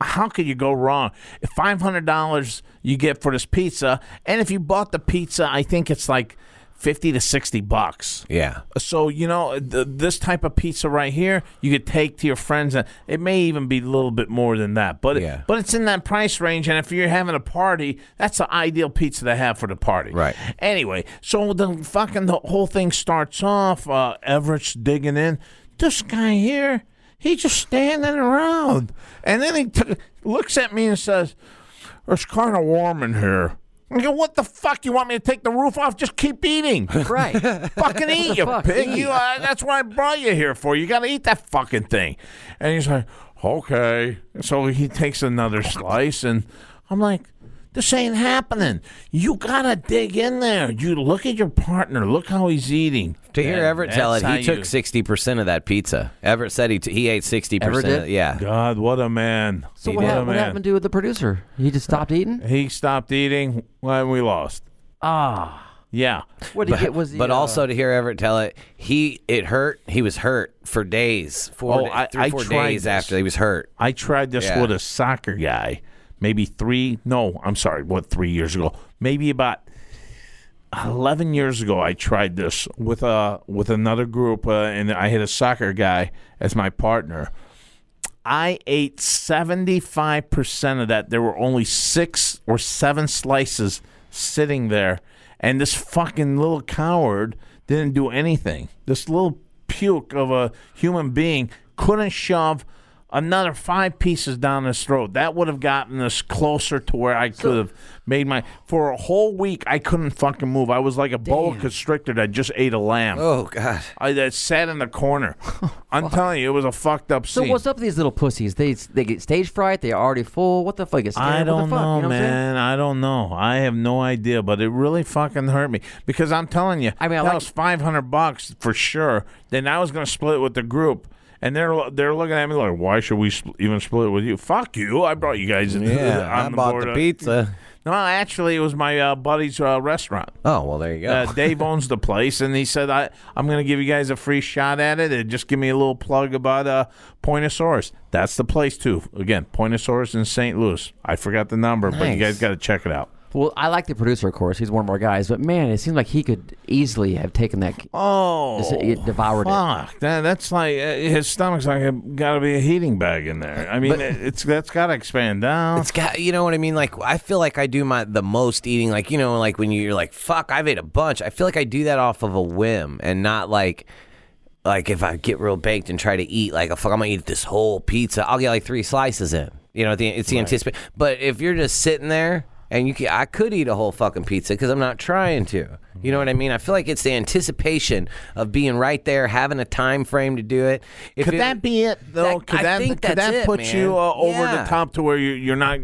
[SPEAKER 3] how could you go wrong? Five hundred dollars you get for this pizza, and if you bought the pizza, I think it's like fifty to sixty bucks.
[SPEAKER 2] Yeah.
[SPEAKER 3] So you know th- this type of pizza right here, you could take to your friends, and it may even be a little bit more than that. But
[SPEAKER 2] Yeah.
[SPEAKER 3] but it's in that price range, and if you're having a party, that's the ideal pizza to have for the party.
[SPEAKER 2] Right.
[SPEAKER 3] Anyway, so the fucking the whole thing starts off. Uh, Everett's digging in. This guy here, he just standing around, and then he t- looks at me and says, "It's kind of warm in here." I go, what the fuck? You want me to take the roof off? Just keep eating.
[SPEAKER 4] Right.
[SPEAKER 3] Fucking eat, you
[SPEAKER 4] fuck?
[SPEAKER 3] pig.
[SPEAKER 4] Eat.
[SPEAKER 3] You, uh, that's what I brought you here for. You got to eat that fucking thing. And he's like, okay. So he takes another slice, and I'm like, this ain't happening. You got to dig in there. You look at your partner. Look how he's eating.
[SPEAKER 2] To hear
[SPEAKER 3] And
[SPEAKER 2] Everett tell
[SPEAKER 3] that's
[SPEAKER 2] it,
[SPEAKER 3] how
[SPEAKER 2] he
[SPEAKER 3] you-
[SPEAKER 2] took sixty percent of that pizza. Everett said he t- he ate sixty
[SPEAKER 4] Everett did?
[SPEAKER 2] percent. Yeah.
[SPEAKER 3] God, what a man.
[SPEAKER 4] So
[SPEAKER 3] He
[SPEAKER 4] what,
[SPEAKER 3] did.
[SPEAKER 4] hap-
[SPEAKER 3] a
[SPEAKER 4] what
[SPEAKER 3] man.
[SPEAKER 4] happened to the producer? He just stopped eating.
[SPEAKER 3] He stopped eating when we lost.
[SPEAKER 4] Ah.
[SPEAKER 3] Yeah.
[SPEAKER 4] What did he get? Was he,
[SPEAKER 2] but
[SPEAKER 4] uh,
[SPEAKER 2] also to hear Everett tell it, he it hurt. He was hurt for days. Four,
[SPEAKER 3] Oh,
[SPEAKER 2] da-
[SPEAKER 3] I-
[SPEAKER 2] three,
[SPEAKER 3] I
[SPEAKER 2] four
[SPEAKER 3] tried
[SPEAKER 2] days
[SPEAKER 3] this.
[SPEAKER 2] after he was hurt.
[SPEAKER 3] I tried this
[SPEAKER 2] Yeah.
[SPEAKER 3] with a soccer guy, maybe three. No, I'm sorry, what three years ago? Maybe about eleven years ago. I tried this with a with another group, uh, and I had a soccer guy as my partner. I ate seventy five percent of that. There were only six or seven slices sitting there, and this fucking little coward didn't do anything. This little puke of a human being couldn't shove another five pieces down his throat. That would have gotten us closer to where I could have made my. For a whole week, I couldn't fucking move. I was like a boa constrictor that just ate a lamb.
[SPEAKER 2] Oh God.
[SPEAKER 3] I that sat in the corner. I'm telling you, it was a fucked up
[SPEAKER 4] So
[SPEAKER 3] scene.
[SPEAKER 4] what's up with these little pussies? They they get stage fright. They're already full. What the fuck? Get scared.
[SPEAKER 3] I
[SPEAKER 4] what
[SPEAKER 3] don't
[SPEAKER 4] the fuck?
[SPEAKER 3] know,
[SPEAKER 4] you know what I'm saying?
[SPEAKER 3] man. I don't know. I have no idea, but it really fucking hurt me because I'm telling you,
[SPEAKER 4] I mean, I
[SPEAKER 3] that
[SPEAKER 4] like-
[SPEAKER 3] was 500 bucks for sure. Then I was going to split it with the group. And they're they're looking at me like, why should we spl- even split it with you? Fuck you! I brought you guys in. on
[SPEAKER 2] I bought the
[SPEAKER 3] board. uh,
[SPEAKER 2] pizza.
[SPEAKER 3] No, actually, it was my uh, buddy's uh, restaurant.
[SPEAKER 2] Oh well, there you go.
[SPEAKER 3] Uh, Dave owns the place, and he said, I, I'm going to give you guys a free shot at it. And just give me a little plug about uh, Pointosaurus. That's the place, too. Again, Pointosaurus in St. Louis. I forgot the number, but you
[SPEAKER 4] Nice.
[SPEAKER 3] guys got to check it out.
[SPEAKER 4] Well, I like the producer, of course. He's one of our guys. But man, it seems like he could easily have taken that.
[SPEAKER 3] Oh,
[SPEAKER 4] Just, it devoured it.
[SPEAKER 3] fuck. That, that's like uh, his stomach's like got to be a heating bag in there. I mean, it's that's got to expand down.
[SPEAKER 2] It's got you know what I mean. Like I feel like I do my the most eating. Like you know, like when you're like, fuck, I've ate a bunch. I feel like I do that off of a whim and not like. Like if I get real baked and try to eat like a fuck, I'm gonna eat this whole pizza. I'll get like three slices in. You know, the, it's the anticipate. But if you're just sitting there and you, can, I could eat a whole fucking pizza because I'm not trying to. You know what I mean? I feel like it's the anticipation of being right there, having a time frame to do it. If
[SPEAKER 3] Could
[SPEAKER 2] it-
[SPEAKER 3] that be it though?
[SPEAKER 2] That-
[SPEAKER 3] could
[SPEAKER 2] I
[SPEAKER 3] that
[SPEAKER 2] think
[SPEAKER 3] could
[SPEAKER 2] that's
[SPEAKER 3] that
[SPEAKER 2] it,
[SPEAKER 3] put you
[SPEAKER 2] man.
[SPEAKER 3] uh, over
[SPEAKER 2] Yeah.
[SPEAKER 3] the top to where you, you're not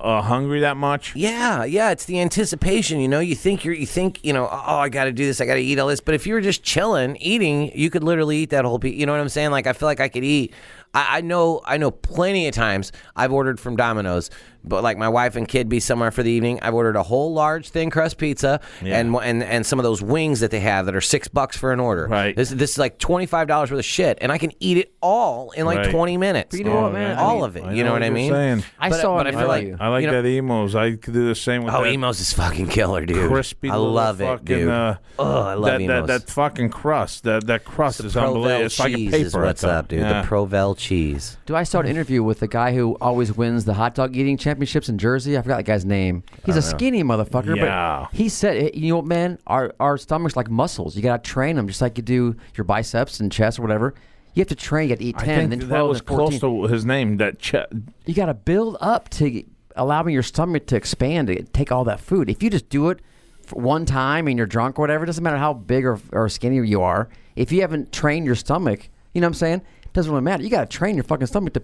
[SPEAKER 3] uh, hungry that much?
[SPEAKER 2] Yeah, yeah, it's the anticipation. You know, you think you're, you think, you know, oh, I got to do this, I got to eat all this. But if you were just chilling, eating, you could literally eat that whole piece. You know what I'm saying? Like, I feel like I could eat. I, I know, I know, plenty of times I've ordered from Domino's, but like my wife and kid be somewhere for the evening. I've ordered a whole large thin crust pizza and and and some of those wings that they have that are six bucks for an order.
[SPEAKER 3] Right.
[SPEAKER 2] This this is like twenty five dollars worth of shit, and I can eat it all in like
[SPEAKER 3] Right.
[SPEAKER 2] twenty minutes.
[SPEAKER 4] you know what, man? I
[SPEAKER 2] All
[SPEAKER 4] mean-
[SPEAKER 2] of it.
[SPEAKER 3] I
[SPEAKER 2] you know,
[SPEAKER 3] know
[SPEAKER 2] what I
[SPEAKER 3] what
[SPEAKER 2] mean?
[SPEAKER 3] you're saying.
[SPEAKER 4] I
[SPEAKER 2] But-
[SPEAKER 4] saw
[SPEAKER 2] but
[SPEAKER 4] it
[SPEAKER 2] I
[SPEAKER 4] in
[SPEAKER 2] feel like-
[SPEAKER 4] value.
[SPEAKER 3] I like
[SPEAKER 2] You know-
[SPEAKER 3] that emos. I could do the same with
[SPEAKER 2] Oh,
[SPEAKER 3] that
[SPEAKER 2] emos is fucking killer, dude.
[SPEAKER 3] crispy.
[SPEAKER 2] I
[SPEAKER 3] little
[SPEAKER 2] love it,
[SPEAKER 3] fucking,
[SPEAKER 2] dude.
[SPEAKER 3] Uh,
[SPEAKER 2] oh, I love
[SPEAKER 3] that,
[SPEAKER 2] emos.
[SPEAKER 3] that, that fucking crust. That that crust
[SPEAKER 2] the
[SPEAKER 3] is
[SPEAKER 2] Provel
[SPEAKER 3] unbelievable. It's like a
[SPEAKER 2] cheese
[SPEAKER 3] paper.
[SPEAKER 2] is what's
[SPEAKER 3] I thought.
[SPEAKER 2] up, dude.
[SPEAKER 3] Yeah.
[SPEAKER 2] The Provel cheese.
[SPEAKER 4] Do I saw an interview with the guy who always wins the hot dog eating championships in Jersey? I forgot the guy's name. He's a skinny motherfucker,
[SPEAKER 3] Yeah.
[SPEAKER 4] but he said, eh, "You know, what, man, our our stomachs like muscles. You gotta train them, just like you do your biceps and chest or whatever. You have to train. You got to eat
[SPEAKER 3] I
[SPEAKER 4] ten,
[SPEAKER 3] think
[SPEAKER 4] then
[SPEAKER 3] that
[SPEAKER 4] twelve,
[SPEAKER 3] was
[SPEAKER 4] then fourteen.
[SPEAKER 3] close to his name. That che-
[SPEAKER 4] you got to build up to allowing your stomach to expand to take all that food. If you just do it for one time and you're drunk or whatever, it doesn't matter how big or, or skinny you are, If you haven't trained your stomach, you know what I'm saying? It doesn't really matter. You got to train your fucking stomach to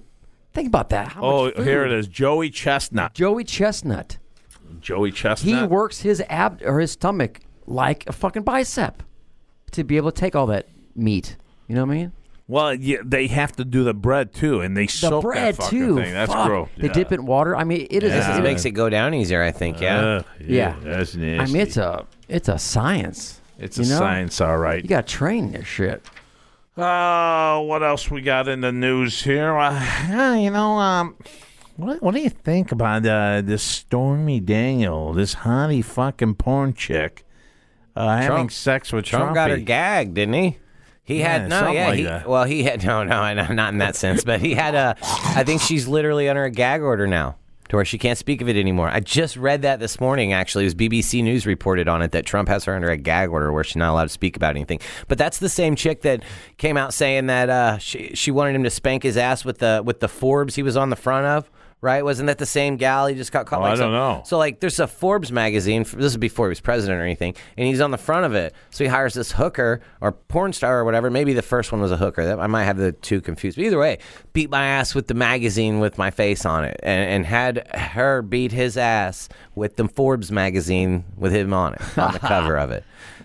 [SPEAKER 4] think about that. How
[SPEAKER 3] Oh,
[SPEAKER 4] much food?
[SPEAKER 3] here it is. Joey Chestnut.
[SPEAKER 4] Joey Chestnut.
[SPEAKER 3] Joey
[SPEAKER 4] He
[SPEAKER 3] Chestnut.
[SPEAKER 4] works his ab or his stomach like a fucking bicep to be able to take all that meat. You know what I mean?
[SPEAKER 3] Well, yeah, they have to do the bread too, and they
[SPEAKER 4] The
[SPEAKER 3] soak
[SPEAKER 4] bread
[SPEAKER 3] that fucking
[SPEAKER 4] too.
[SPEAKER 3] thing. That's
[SPEAKER 4] Fuck.
[SPEAKER 3] gross.
[SPEAKER 4] They dip it in water. I mean, it is.
[SPEAKER 2] This
[SPEAKER 4] it-
[SPEAKER 2] is, makes it go down easier, I think. Yeah.
[SPEAKER 3] Uh,
[SPEAKER 4] Yeah.
[SPEAKER 3] that's nasty.
[SPEAKER 4] I mean, it's a it's a science.
[SPEAKER 3] It's a
[SPEAKER 4] you know?
[SPEAKER 3] science, all right.
[SPEAKER 4] You got to train this shit.
[SPEAKER 3] Uh, what else we got in the news here? Uh, yeah, you know, um, what, what do you think about uh, this Stormy Daniel, this hottie fucking porn chick, uh, having sex with
[SPEAKER 2] Trump got her
[SPEAKER 3] Trumpy?
[SPEAKER 2] gagged, didn't he? He
[SPEAKER 3] Yeah,
[SPEAKER 2] had no,
[SPEAKER 3] something
[SPEAKER 2] yeah,
[SPEAKER 3] like
[SPEAKER 2] he,
[SPEAKER 3] that.
[SPEAKER 2] well, he had no, no, no, not in that sense, but he had a. I think she's literally under a gag order now, to where she can't speak of it anymore. I just read that this morning. Actually, it was BBC News reported on it that Trump has her under a gag order where she's not allowed to speak about anything. But that's the same chick that came out saying that uh, she she wanted him to spank his ass with the with the Forbes he was on the front of. Right? Wasn't that the same gal he just got caught?
[SPEAKER 3] Oh,
[SPEAKER 2] like,
[SPEAKER 3] I
[SPEAKER 2] so-
[SPEAKER 3] don't know.
[SPEAKER 2] so like, there's a Forbes magazine. f- This is before he was president or anything, and he's on the front of it. So he hires this hooker or porn star or whatever. Maybe the first one was a hooker. That I might have the two confused. But either way, beat my ass with the magazine with my face on it, and, and had her beat his ass with the Forbes magazine with him on it on the cover of it.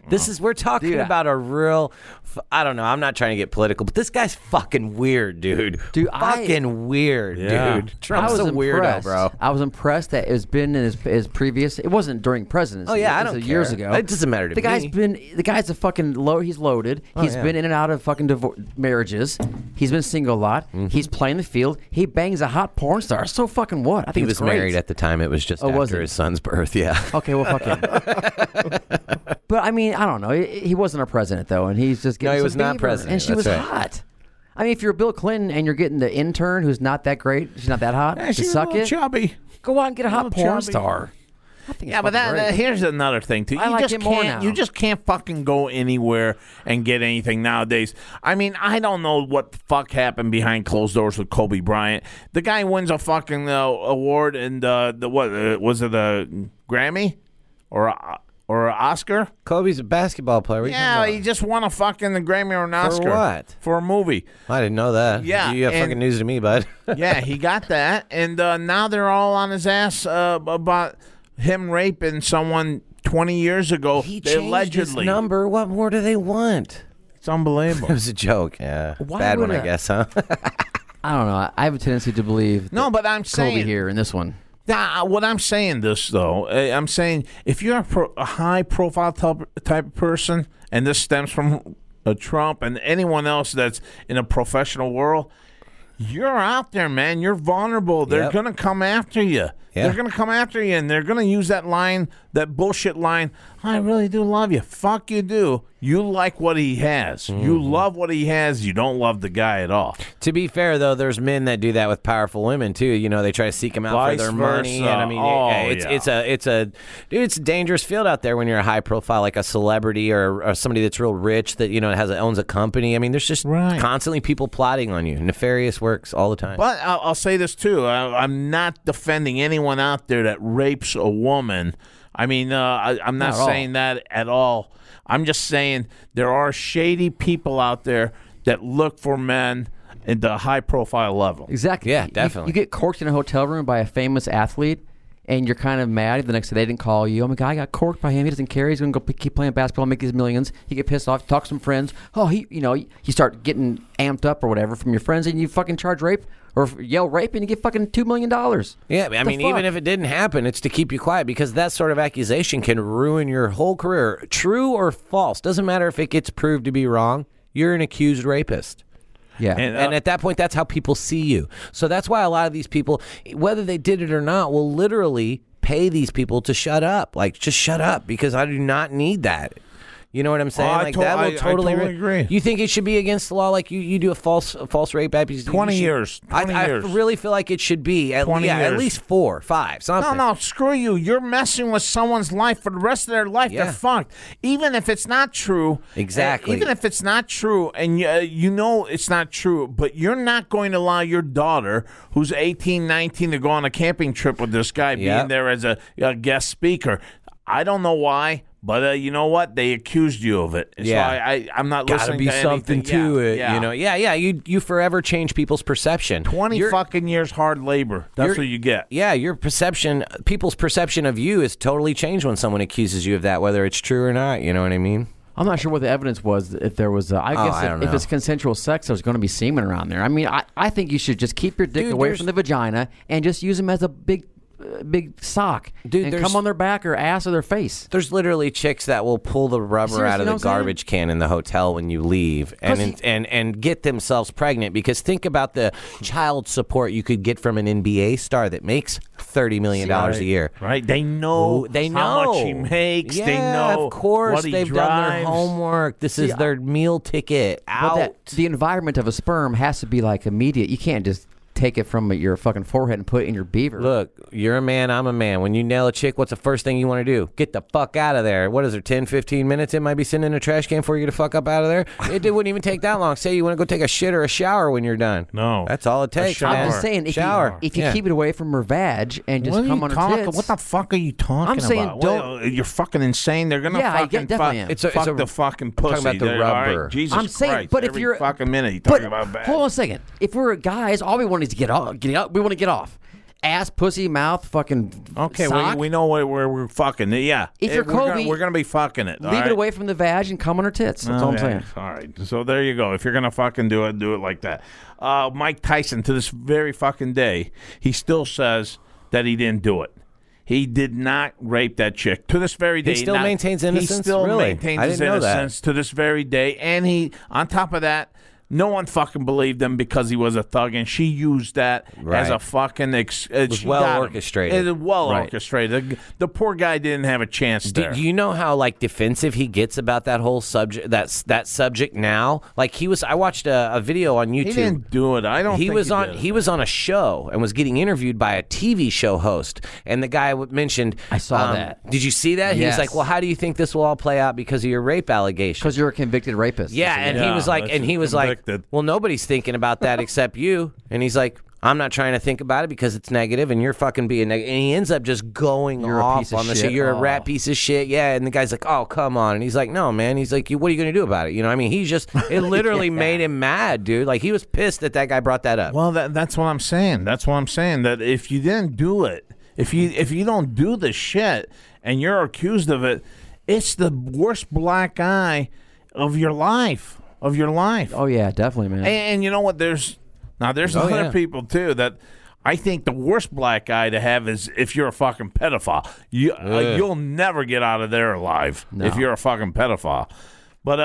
[SPEAKER 2] This is we're talking
[SPEAKER 4] Dude, I-
[SPEAKER 2] about a real. f- I don't know. I'm not trying to get political, but this guy's fucking weird, dude.
[SPEAKER 4] Dude, I-
[SPEAKER 2] fucking weird,
[SPEAKER 3] Yeah.
[SPEAKER 2] dude. Trump's a weirdo,
[SPEAKER 4] impressed.
[SPEAKER 2] bro.
[SPEAKER 4] I was impressed that it's been in his, his previous. It wasn't during presidency.
[SPEAKER 2] Oh, yeah, I
[SPEAKER 4] it was
[SPEAKER 2] don't
[SPEAKER 4] years
[SPEAKER 2] care.
[SPEAKER 4] ago.
[SPEAKER 2] It doesn't matter to
[SPEAKER 4] the guy's
[SPEAKER 2] me. Oh,
[SPEAKER 4] been the guy's a fucking low. He's loaded. He's
[SPEAKER 2] yeah.
[SPEAKER 4] been in and out of fucking divor- marriages. He's been single a lot.
[SPEAKER 2] Mm-hmm.
[SPEAKER 4] He's playing the field. He bangs a hot porn star. So fucking what? I think
[SPEAKER 2] He
[SPEAKER 4] it's
[SPEAKER 2] was
[SPEAKER 4] great.
[SPEAKER 2] married at the time. It Oh, was just
[SPEAKER 4] Oh,
[SPEAKER 2] after
[SPEAKER 4] was it?
[SPEAKER 2] his son's birth. Yeah.
[SPEAKER 4] Okay, well, fuck him. but I mean, I don't know. He, he wasn't our president though, and he's just
[SPEAKER 2] No,
[SPEAKER 4] getting
[SPEAKER 2] he
[SPEAKER 4] some
[SPEAKER 2] was not
[SPEAKER 4] Bieber,
[SPEAKER 2] president.
[SPEAKER 4] and she
[SPEAKER 2] That's
[SPEAKER 4] was
[SPEAKER 2] right.
[SPEAKER 4] hot. I mean, if you're Bill Clinton and you're getting the intern who's not that great, she's not that hot,
[SPEAKER 3] Yeah,
[SPEAKER 4] to
[SPEAKER 3] she's a
[SPEAKER 4] suck
[SPEAKER 3] little
[SPEAKER 4] it,
[SPEAKER 3] chubby.
[SPEAKER 4] go out and get a hot
[SPEAKER 3] little
[SPEAKER 4] porn
[SPEAKER 3] chubby.
[SPEAKER 4] star. I think it's
[SPEAKER 3] Yeah, but
[SPEAKER 4] fucking
[SPEAKER 3] that,
[SPEAKER 4] great.
[SPEAKER 3] that- here's another thing too. You
[SPEAKER 4] I like
[SPEAKER 3] just
[SPEAKER 4] him more
[SPEAKER 3] can't.
[SPEAKER 4] now.
[SPEAKER 3] You just can't fucking go anywhere and get anything nowadays. I mean, I don't know what the fuck happened behind closed doors with Kobe Bryant. The guy wins a fucking uh, award and uh, the what uh, was it the Grammy or uh, or a Oscar?
[SPEAKER 2] Kobe's a basketball player. What are you
[SPEAKER 3] Yeah,
[SPEAKER 2] talking
[SPEAKER 3] he
[SPEAKER 2] about?
[SPEAKER 3] just won a fucking Grammy or an Oscar
[SPEAKER 2] what?
[SPEAKER 3] for a movie.
[SPEAKER 2] I didn't know that.
[SPEAKER 3] Yeah,
[SPEAKER 2] You have
[SPEAKER 3] and-
[SPEAKER 2] fucking news to me, bud.
[SPEAKER 3] yeah, he got that, and uh, now they're all on his ass uh, about him raping someone twenty years ago. allegedly,
[SPEAKER 2] number. What more do they want?
[SPEAKER 3] it's unbelievable.
[SPEAKER 2] It was a joke. Yeah.
[SPEAKER 4] Why
[SPEAKER 2] Bad
[SPEAKER 4] would
[SPEAKER 2] one, I
[SPEAKER 4] a-
[SPEAKER 2] guess, huh?
[SPEAKER 4] I don't know. I have a tendency to believe
[SPEAKER 3] no, but I'm
[SPEAKER 4] Kobe
[SPEAKER 3] saying
[SPEAKER 4] here in this one.
[SPEAKER 3] Nah, what I'm saying this though, eh, I'm saying if you're a, pro, a high profile type, type of person, and this stems from uh, Trump and anyone else that's in a professional world, you're out there, man. You're vulnerable. They're
[SPEAKER 2] Yep.
[SPEAKER 3] gonna come after you.
[SPEAKER 2] Yeah.
[SPEAKER 3] They're gonna come after you, and they're gonna use that line, that bullshit line. I really do love you. Fuck you, do. You like what he has. You love what he has. You don't love the guy at all.
[SPEAKER 2] to be fair, though, there's men that do that with powerful women too. You know, they try to seek them out
[SPEAKER 3] Vice
[SPEAKER 2] for their money,
[SPEAKER 3] versa.
[SPEAKER 2] and I mean,
[SPEAKER 3] Oh,
[SPEAKER 2] it- it's
[SPEAKER 3] yeah.
[SPEAKER 2] it's a it's a dude, it's a dangerous field out there when you're a high profile, like a celebrity or, or somebody that's real rich that you know has a, owns a company. I mean, there's just
[SPEAKER 3] Right.
[SPEAKER 2] constantly people plotting on you, nefarious works all the time.
[SPEAKER 3] But I'll, I'll say this too: I, I'm not defending anyone out there that rapes a woman. I mean, uh, I, I'm not,
[SPEAKER 4] Not at all.
[SPEAKER 3] saying that at all. I'm just saying there are shady people out there that look for men at the high profile level.
[SPEAKER 4] Exactly.
[SPEAKER 2] Yeah,
[SPEAKER 4] You- you-
[SPEAKER 2] definitely.
[SPEAKER 4] You, get corked in a hotel room by a famous athlete, and you're kind of mad. The next day they didn't call you. I'm like, I got corked by him. He doesn't care. He's going to go p- keep playing basketball, make his millions. You get pissed off. Talk to some friends. Oh, he, you know, you start getting amped up or whatever from your friends, and you fucking charge rape or f- yell rape, and you get fucking two million dollars.
[SPEAKER 2] Yeah, I mean, even if it didn't happen, it's to keep you quiet because that sort of accusation can ruin your whole career. True or false, doesn't matter if it gets proved to be wrong, you're an accused rapist.
[SPEAKER 4] yeah,
[SPEAKER 3] And, uh,
[SPEAKER 2] And at that point, that's how people see you. So that's why a lot of these people, whether they did it or not, will literally pay these people to shut up. Like, just shut up because I do not need that. You know what I'm saying?
[SPEAKER 3] Oh, I
[SPEAKER 2] like
[SPEAKER 3] to-
[SPEAKER 2] that
[SPEAKER 3] I- I
[SPEAKER 2] will totally.
[SPEAKER 3] totally agree.
[SPEAKER 2] You think it should be against the law? Like you, you do a false a false rape accusation.
[SPEAKER 3] 20
[SPEAKER 2] you should-
[SPEAKER 3] years. 20
[SPEAKER 2] I,
[SPEAKER 3] years.
[SPEAKER 2] I really feel like it should be at,
[SPEAKER 3] 20
[SPEAKER 2] yeah, at
[SPEAKER 3] years.
[SPEAKER 2] least four, five,
[SPEAKER 3] No,
[SPEAKER 2] something.
[SPEAKER 3] no, screw you. You're messing with someone's life for the rest of their life.
[SPEAKER 2] Yeah.
[SPEAKER 3] They're fucked. Even if it's not true.
[SPEAKER 2] Exactly.
[SPEAKER 3] uh, Even if it's not true, and you, uh, you know it's not true, but you're not going to allow your daughter, who's 18, 19, to go on a camping trip with this guy
[SPEAKER 2] Yep.
[SPEAKER 3] being there as a, a guest speaker. I don't know why. But uh, you know what? They accused you of it. So
[SPEAKER 2] Yeah.
[SPEAKER 3] I, I, I'm not
[SPEAKER 2] Gotta
[SPEAKER 3] listening
[SPEAKER 2] be
[SPEAKER 3] to
[SPEAKER 2] something
[SPEAKER 3] anything.
[SPEAKER 2] to
[SPEAKER 3] Yeah,
[SPEAKER 2] it,
[SPEAKER 3] yeah.
[SPEAKER 2] you know. Yeah, yeah. You you forever change people's perception.
[SPEAKER 3] 20
[SPEAKER 2] Your-
[SPEAKER 3] fucking years hard labor. That's
[SPEAKER 2] your-
[SPEAKER 3] what you get.
[SPEAKER 2] Yeah, your perception, people's perception of you is totally changed when someone accuses you of that, whether it's true or not. You know what I mean?
[SPEAKER 4] I'm not sure what the evidence was. If there was, uh, I guess
[SPEAKER 2] Oh, I
[SPEAKER 4] if-
[SPEAKER 2] don't
[SPEAKER 4] if,
[SPEAKER 2] know.
[SPEAKER 4] it's consensual sex, there's going to be semen around there. I mean, I, I think you should just keep your dick
[SPEAKER 2] Dude,
[SPEAKER 4] away
[SPEAKER 2] there's-
[SPEAKER 4] from the vagina and just use them as a big, uh, big sock.
[SPEAKER 2] Dude,
[SPEAKER 4] and
[SPEAKER 2] there's-
[SPEAKER 4] come on their back or ass or their face.
[SPEAKER 2] There's literally chicks that will pull the rubber
[SPEAKER 4] Seriously,
[SPEAKER 2] out of
[SPEAKER 4] you know
[SPEAKER 2] the
[SPEAKER 4] what I'm saying?
[SPEAKER 2] garbage can in the hotel when you leave, and
[SPEAKER 4] Pussy.
[SPEAKER 2] and and get themselves pregnant. Because think about the child support you could get from an NBA star that makes thirty million dollars a year.
[SPEAKER 3] Right? They know
[SPEAKER 2] Ooh, they know
[SPEAKER 3] Oh, how much he makes.
[SPEAKER 2] Yeah,
[SPEAKER 3] they know
[SPEAKER 2] Of course,
[SPEAKER 3] what he
[SPEAKER 2] they've done their
[SPEAKER 3] drives.
[SPEAKER 2] homework. This is
[SPEAKER 4] See, I-
[SPEAKER 2] their meal ticket
[SPEAKER 4] But
[SPEAKER 2] out.
[SPEAKER 4] that, the environment of a sperm has to be like immediate. You can't just take it from your fucking forehead and put it in your beaver.
[SPEAKER 2] Look, you're a man, I'm a man. When you nail a chick, what's the first thing you want to do? Get the fuck out of there. What is it, 10, 15 minutes? It might be sitting in a trash can for you to fuck up out of there. It, it wouldn't even take that long. Say you want to go take a shit or a shower when you're done.
[SPEAKER 3] No.
[SPEAKER 2] That's all it takes.
[SPEAKER 3] shower.
[SPEAKER 2] man.
[SPEAKER 4] I'm just saying, if
[SPEAKER 2] shower.
[SPEAKER 4] you, if you
[SPEAKER 2] Yeah.
[SPEAKER 4] keep it away from her vag and just
[SPEAKER 3] What are
[SPEAKER 4] come
[SPEAKER 3] you
[SPEAKER 4] on her
[SPEAKER 3] talking-
[SPEAKER 4] tits,
[SPEAKER 3] What the fuck are you talking
[SPEAKER 4] I'm saying
[SPEAKER 3] about?
[SPEAKER 4] don't-
[SPEAKER 3] Well, you're fucking insane. They're gonna
[SPEAKER 4] Yeah, I
[SPEAKER 3] fucking
[SPEAKER 4] get- definitely
[SPEAKER 3] fuck,
[SPEAKER 4] am.
[SPEAKER 2] It's a- it's
[SPEAKER 3] fuck
[SPEAKER 2] a-
[SPEAKER 3] the fucking
[SPEAKER 2] I'm
[SPEAKER 3] pussy.
[SPEAKER 2] talking about the
[SPEAKER 3] They're- all right,
[SPEAKER 2] rubber.
[SPEAKER 3] Jesus
[SPEAKER 4] I'm saying,
[SPEAKER 3] Christ,
[SPEAKER 4] but if
[SPEAKER 3] every
[SPEAKER 4] you're
[SPEAKER 3] fucking minute, you
[SPEAKER 4] but
[SPEAKER 3] talking about bad.
[SPEAKER 4] hold on a second. If we're guys, all we want is to get off. Get out. We want to get off. Ass, pussy, mouth, fucking.
[SPEAKER 3] Okay,
[SPEAKER 4] sock.
[SPEAKER 3] we, we know where we're, we're fucking. Yeah,
[SPEAKER 4] If
[SPEAKER 3] Eh,
[SPEAKER 4] you're
[SPEAKER 3] we're gonna-
[SPEAKER 4] Kobe,
[SPEAKER 3] we're gonna be fucking it. all
[SPEAKER 4] Leave
[SPEAKER 3] right?
[SPEAKER 4] it away from the vag and come on her tits. That's all I'm
[SPEAKER 3] Okay,
[SPEAKER 4] saying.
[SPEAKER 3] All right. So there you go. If you're gonna fucking do it, do it like that. Uh, Mike Tyson to this very fucking day, he still says that he didn't do it. He did not rape that chick to this very day.
[SPEAKER 2] still
[SPEAKER 3] not-
[SPEAKER 2] maintains
[SPEAKER 3] He
[SPEAKER 2] innocence?
[SPEAKER 3] still
[SPEAKER 2] Really?
[SPEAKER 3] maintains
[SPEAKER 2] I
[SPEAKER 3] his
[SPEAKER 2] didn't know that.
[SPEAKER 3] innocence to this very day. And he, on top of that, no one fucking believed him because he was a thug, and she used that as
[SPEAKER 2] Right.
[SPEAKER 3] a fucking. Ex- uh, she
[SPEAKER 2] well
[SPEAKER 3] got him.
[SPEAKER 2] orchestrated.
[SPEAKER 3] It was well
[SPEAKER 2] Right.
[SPEAKER 3] orchestrated. The, the poor guy didn't have a chance
[SPEAKER 2] Do
[SPEAKER 3] there.
[SPEAKER 2] you know how like defensive he gets about that whole subject? That's that subject now. Like he was, I watched a, a video on YouTube.
[SPEAKER 3] he didn't do it. I don't.
[SPEAKER 2] he
[SPEAKER 3] think
[SPEAKER 2] was on
[SPEAKER 3] did.
[SPEAKER 2] he was on a show and was getting interviewed by a TV show host, and the guy w- mentioned um,
[SPEAKER 4] I saw that.
[SPEAKER 2] Did you see that? He was
[SPEAKER 4] Yes.
[SPEAKER 2] like, "Well, how do you think this will all play out because of your rape allegation?"
[SPEAKER 4] Because you're a convicted rapist.
[SPEAKER 2] Yeah,
[SPEAKER 4] That's
[SPEAKER 2] and
[SPEAKER 3] Yeah,
[SPEAKER 2] he was like,
[SPEAKER 3] that's
[SPEAKER 2] and he was
[SPEAKER 3] convicted.
[SPEAKER 2] like, "Well, nobody's thinking about that except you," and he's like. I'm not trying to think about it because it's negative, and you're fucking being negative. And he ends up just going
[SPEAKER 4] You're a
[SPEAKER 2] off
[SPEAKER 4] piece of
[SPEAKER 2] on the
[SPEAKER 4] shit. Oh.
[SPEAKER 2] shit. You're
[SPEAKER 4] Aw.
[SPEAKER 2] a rat piece of shit, yeah. And the guy's like, "Oh, come on," and he's like, "No, man." He's like, "You- "What are you gonna do about it?" You know, I mean, he's just it literally made him mad, dude. Like he was pissed that that guy brought that up.
[SPEAKER 3] Well, that, that's what I'm saying. That's what I'm saying. That if you didn't do it, if you if you don't do the shit, and you're accused of it, it's the worst black eye of your life. Of your life.
[SPEAKER 4] Oh yeah, definitely, man.
[SPEAKER 3] And, and you know what? There's now there's
[SPEAKER 2] Oh,
[SPEAKER 3] other
[SPEAKER 2] yeah.
[SPEAKER 3] people too that I think the worst black eye to have is if you're a fucking pedophile. You uh, you'll never get out of there alive if you're a fucking pedophile. But a,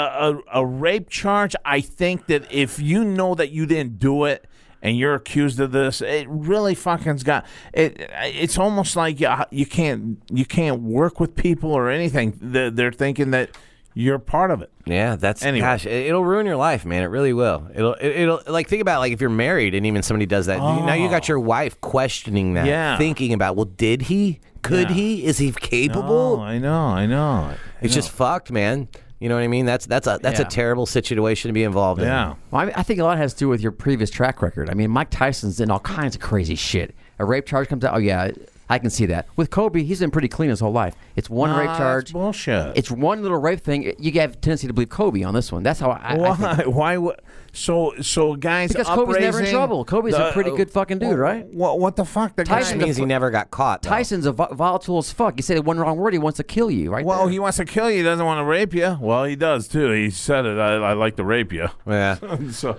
[SPEAKER 3] a a rape charge, I think that if you know that you didn't do it and you're accused of this, it really fucking's got it. It's almost like you, uh, you can't you can't work with people or anything. They're, they're thinking that you're part of it.
[SPEAKER 2] Yeah, that's
[SPEAKER 3] Anyway.
[SPEAKER 2] gosh, it- it'll ruin your life, man. It really will. It'll it- it'll like think about like if you're married and even somebody does that. Now you got your wife questioning that,
[SPEAKER 3] Oh. Yeah.
[SPEAKER 2] thinking about, well, did he? Could
[SPEAKER 3] Yeah.
[SPEAKER 2] he? Is he capable?
[SPEAKER 3] Oh, I know, I know.
[SPEAKER 2] it's just fucked, man. You know what I mean? That's that's a that's
[SPEAKER 4] Yeah.
[SPEAKER 2] a terrible situation to be involved
[SPEAKER 3] Yeah.
[SPEAKER 4] Well, I, mean, I think a lot has to do with your previous track record. I mean, Mike Tyson's in all kinds of crazy shit. A rape charge comes out. Oh yeah, I can see that. With Kobe, he's been pretty clean his whole life. It's one rape
[SPEAKER 3] Ah,
[SPEAKER 4] charge.
[SPEAKER 3] That's bullshit.
[SPEAKER 4] It's one little rape thing. You have a tendency to believe Kobe on this one. That's how I. I think.
[SPEAKER 3] why? Why? wo- So so guys.
[SPEAKER 4] Because Kobe's never in
[SPEAKER 3] upraising
[SPEAKER 4] trouble. Kobe's a pretty good fucking dude,
[SPEAKER 3] what-
[SPEAKER 4] right?
[SPEAKER 3] What? What the fuck? The
[SPEAKER 2] in. Which
[SPEAKER 4] Tyson
[SPEAKER 3] guy,
[SPEAKER 2] means he never got caught. though.
[SPEAKER 4] Tyson's a vo- volatile as fuck. You say one wrong word, he wants to kill you. Right?
[SPEAKER 3] well,
[SPEAKER 4] there.
[SPEAKER 3] he wants to kill you. He doesn't want to rape you. Well, he does too. He said it. I, I like to rape you.
[SPEAKER 2] Yeah.
[SPEAKER 3] so,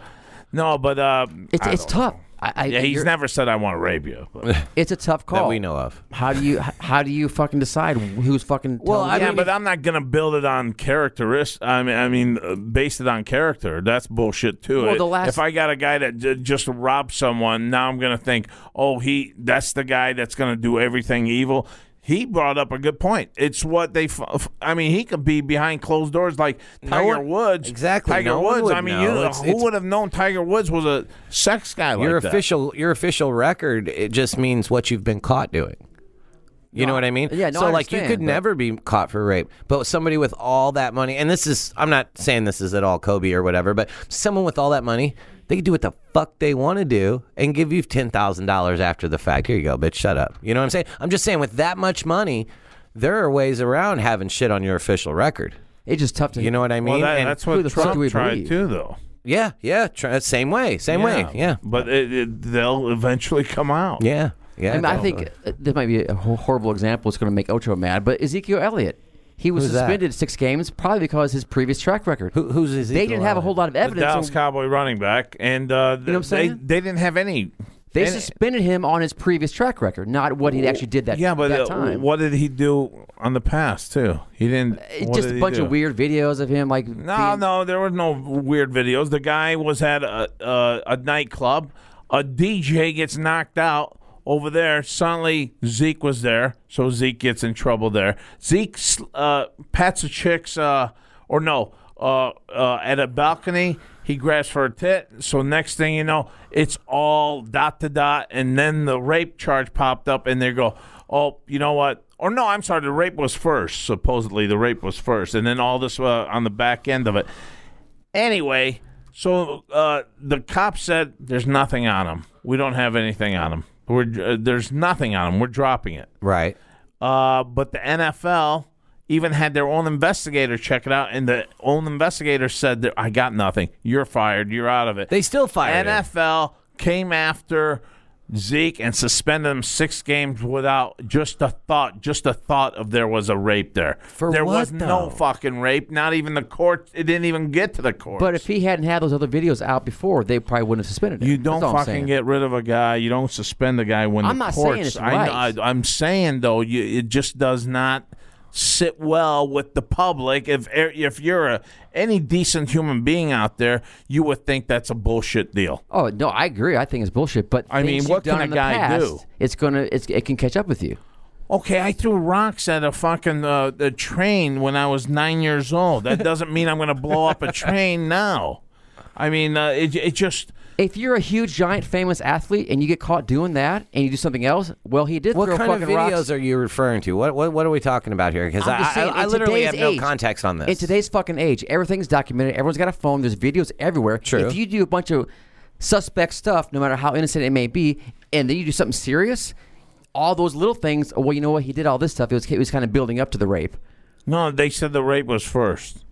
[SPEAKER 3] no, but uh,
[SPEAKER 4] it's
[SPEAKER 3] I
[SPEAKER 4] it's
[SPEAKER 3] don't-
[SPEAKER 4] tough. I, I,
[SPEAKER 3] Yeah, he's
[SPEAKER 4] you're-
[SPEAKER 3] never said I want to rape you. but-
[SPEAKER 4] It's a tough call.
[SPEAKER 2] That
[SPEAKER 3] Oh.
[SPEAKER 2] we know of.
[SPEAKER 4] How do you how do you fucking decide who's fucking?
[SPEAKER 2] Well,
[SPEAKER 4] telling
[SPEAKER 2] I
[SPEAKER 4] you?
[SPEAKER 3] yeah,
[SPEAKER 2] mean,
[SPEAKER 3] but
[SPEAKER 2] if-
[SPEAKER 3] I'm not gonna build it on characteristic. I mean, I mean, uh, based it on character. That's bullshit too.
[SPEAKER 4] Well, the
[SPEAKER 3] It-
[SPEAKER 4] last-
[SPEAKER 3] if I got a guy that j- just robbed someone, now I'm gonna think, oh, he that's the guy that's gonna do everything evil. He brought up a good point. It's what they. f- f- I mean, he could be behind closed doors, like Tiger
[SPEAKER 2] one-
[SPEAKER 3] Woods.
[SPEAKER 2] exactly,
[SPEAKER 3] Tiger
[SPEAKER 2] no one
[SPEAKER 3] Woods.
[SPEAKER 2] would
[SPEAKER 3] I mean,
[SPEAKER 2] know.
[SPEAKER 3] you
[SPEAKER 2] It's-
[SPEAKER 3] who
[SPEAKER 2] it's-
[SPEAKER 3] would have known Tiger Woods was a sex guy like
[SPEAKER 2] your
[SPEAKER 3] that?
[SPEAKER 2] official your official record it just means what you've been caught doing you know what I mean?
[SPEAKER 4] yeah, no,
[SPEAKER 2] so
[SPEAKER 4] I
[SPEAKER 2] like you could
[SPEAKER 4] understand, but-
[SPEAKER 2] never be caught for rape, but somebody with all that money, and this is I'm not saying this is at all Kobe or whatever, but someone with all that money, they could do what the fuck they want to do and give you ten thousand dollars after the fact. Here you go, bitch, shut up. You know what I'm saying? I'm just saying with that much money, there are ways around having shit on your official record.
[SPEAKER 4] It's just tough to
[SPEAKER 2] You know what I mean?
[SPEAKER 3] Well, that,
[SPEAKER 2] And-
[SPEAKER 3] that's
[SPEAKER 4] who
[SPEAKER 3] what
[SPEAKER 4] the fuck
[SPEAKER 3] Trump
[SPEAKER 4] do we
[SPEAKER 3] tried
[SPEAKER 4] believe?
[SPEAKER 3] too, though.
[SPEAKER 2] yeah, yeah, tr- same way, same way. Yeah,
[SPEAKER 3] But it, it, they'll eventually come out.
[SPEAKER 2] yeah, yeah.
[SPEAKER 4] I, mean, I think uh, this might be a ho- horrible example. It's going to make Ocho mad, but Ezekiel Elliott, he was
[SPEAKER 2] Who's that?
[SPEAKER 4] suspended six games probably because his previous track record.
[SPEAKER 2] Who- who's Ezekiel
[SPEAKER 4] they didn't have a
[SPEAKER 2] Elliott?
[SPEAKER 4] whole lot of
[SPEAKER 3] The
[SPEAKER 4] evidence.
[SPEAKER 3] Dallas
[SPEAKER 4] so
[SPEAKER 3] Cowboy running back, and uh, th-
[SPEAKER 4] know what I'm
[SPEAKER 3] they
[SPEAKER 4] saying?
[SPEAKER 3] they didn't have any.
[SPEAKER 4] they
[SPEAKER 3] any-
[SPEAKER 4] suspended him on his previous track record, not what he actually did that.
[SPEAKER 3] yeah, but
[SPEAKER 4] that
[SPEAKER 3] uh,
[SPEAKER 4] time.
[SPEAKER 3] what did he do on the past too? He didn't.
[SPEAKER 4] It's
[SPEAKER 3] what
[SPEAKER 4] just
[SPEAKER 3] did
[SPEAKER 4] a
[SPEAKER 3] he
[SPEAKER 4] bunch
[SPEAKER 3] do?
[SPEAKER 4] of weird videos of him like.
[SPEAKER 3] No, no, there were no weird videos. The guy was at a a, a nightclub. A DJ gets knocked out over there. Suddenly Zeke was there, so Zeke gets in trouble there. Zeke sl- uh, pats a chick's uh, or no uh, uh, at a balcony. He grabs for a tit. So next thing you know, it's all dot to dot, and then the rape charge popped up, and they go, "Oh, you know what? Or no, I'm sorry, the rape was first. Supposedly the rape was first, and then all this uh, on the back end of it. Anyway, so uh, the cop said there's nothing on him. We don't have anything on him. We're uh, there's nothing on him. We're dropping it.
[SPEAKER 2] right.
[SPEAKER 3] Uh, but the NFL even had their own investigator check it out, and the own investigator said that I got nothing. You're fired. You're out of it.
[SPEAKER 2] They still fired him.
[SPEAKER 3] NFL came after Zeke and suspended him six games without just a thought, just a thought of there was a rape there.
[SPEAKER 2] For
[SPEAKER 3] there
[SPEAKER 2] what,
[SPEAKER 3] was
[SPEAKER 2] though?
[SPEAKER 3] no fucking rape. Not even the court. It didn't even get to the court.
[SPEAKER 4] But if he hadn't had those other videos out before, they probably wouldn't have suspended him.
[SPEAKER 3] you
[SPEAKER 4] That's
[SPEAKER 3] don't
[SPEAKER 4] all I'm
[SPEAKER 3] fucking
[SPEAKER 4] saying.
[SPEAKER 3] get rid of a guy. You don't suspend a guy when
[SPEAKER 4] I'm
[SPEAKER 3] the
[SPEAKER 4] not saying
[SPEAKER 3] courts.
[SPEAKER 4] it's
[SPEAKER 3] I,
[SPEAKER 4] right.
[SPEAKER 3] I, am saying though, you, it just does not sit well with the public. If er, if you're a, any decent human being out there, you would think that's a bullshit deal.
[SPEAKER 4] Oh no, I agree. I think it's bullshit. But
[SPEAKER 3] I
[SPEAKER 4] things
[SPEAKER 3] mean,
[SPEAKER 4] you've
[SPEAKER 3] what can
[SPEAKER 4] done
[SPEAKER 3] a
[SPEAKER 4] in the
[SPEAKER 3] guy
[SPEAKER 4] past,
[SPEAKER 3] do?
[SPEAKER 4] It's gonna. It's, it can catch up with you.
[SPEAKER 3] Okay, I threw rocks at a fucking uh, the train when I was nine years old. That doesn't mean I'm going to blow up a train now. I mean, uh, it it just.
[SPEAKER 4] If you're a huge, giant, famous athlete and you get caught doing that and you do something else, well, he did
[SPEAKER 2] What
[SPEAKER 4] throw
[SPEAKER 2] kind of
[SPEAKER 4] fucking
[SPEAKER 2] videos
[SPEAKER 4] rocks.
[SPEAKER 2] are you referring to? What what, what are we talking about here? Because I,
[SPEAKER 4] I'm just saying,
[SPEAKER 2] I, I
[SPEAKER 4] in
[SPEAKER 2] literally have
[SPEAKER 4] today's
[SPEAKER 2] no
[SPEAKER 4] age-
[SPEAKER 2] context on this.
[SPEAKER 4] In today's fucking age, everything's documented. Everyone's got a phone. There's videos everywhere.
[SPEAKER 2] True.
[SPEAKER 4] If you do a bunch of suspect stuff, no matter how innocent it may be, and then you do something serious, all those little things. oh, Well, you know what? He did all this stuff. It was, it was kind of building up to the rape.
[SPEAKER 3] No, they said the rape was first.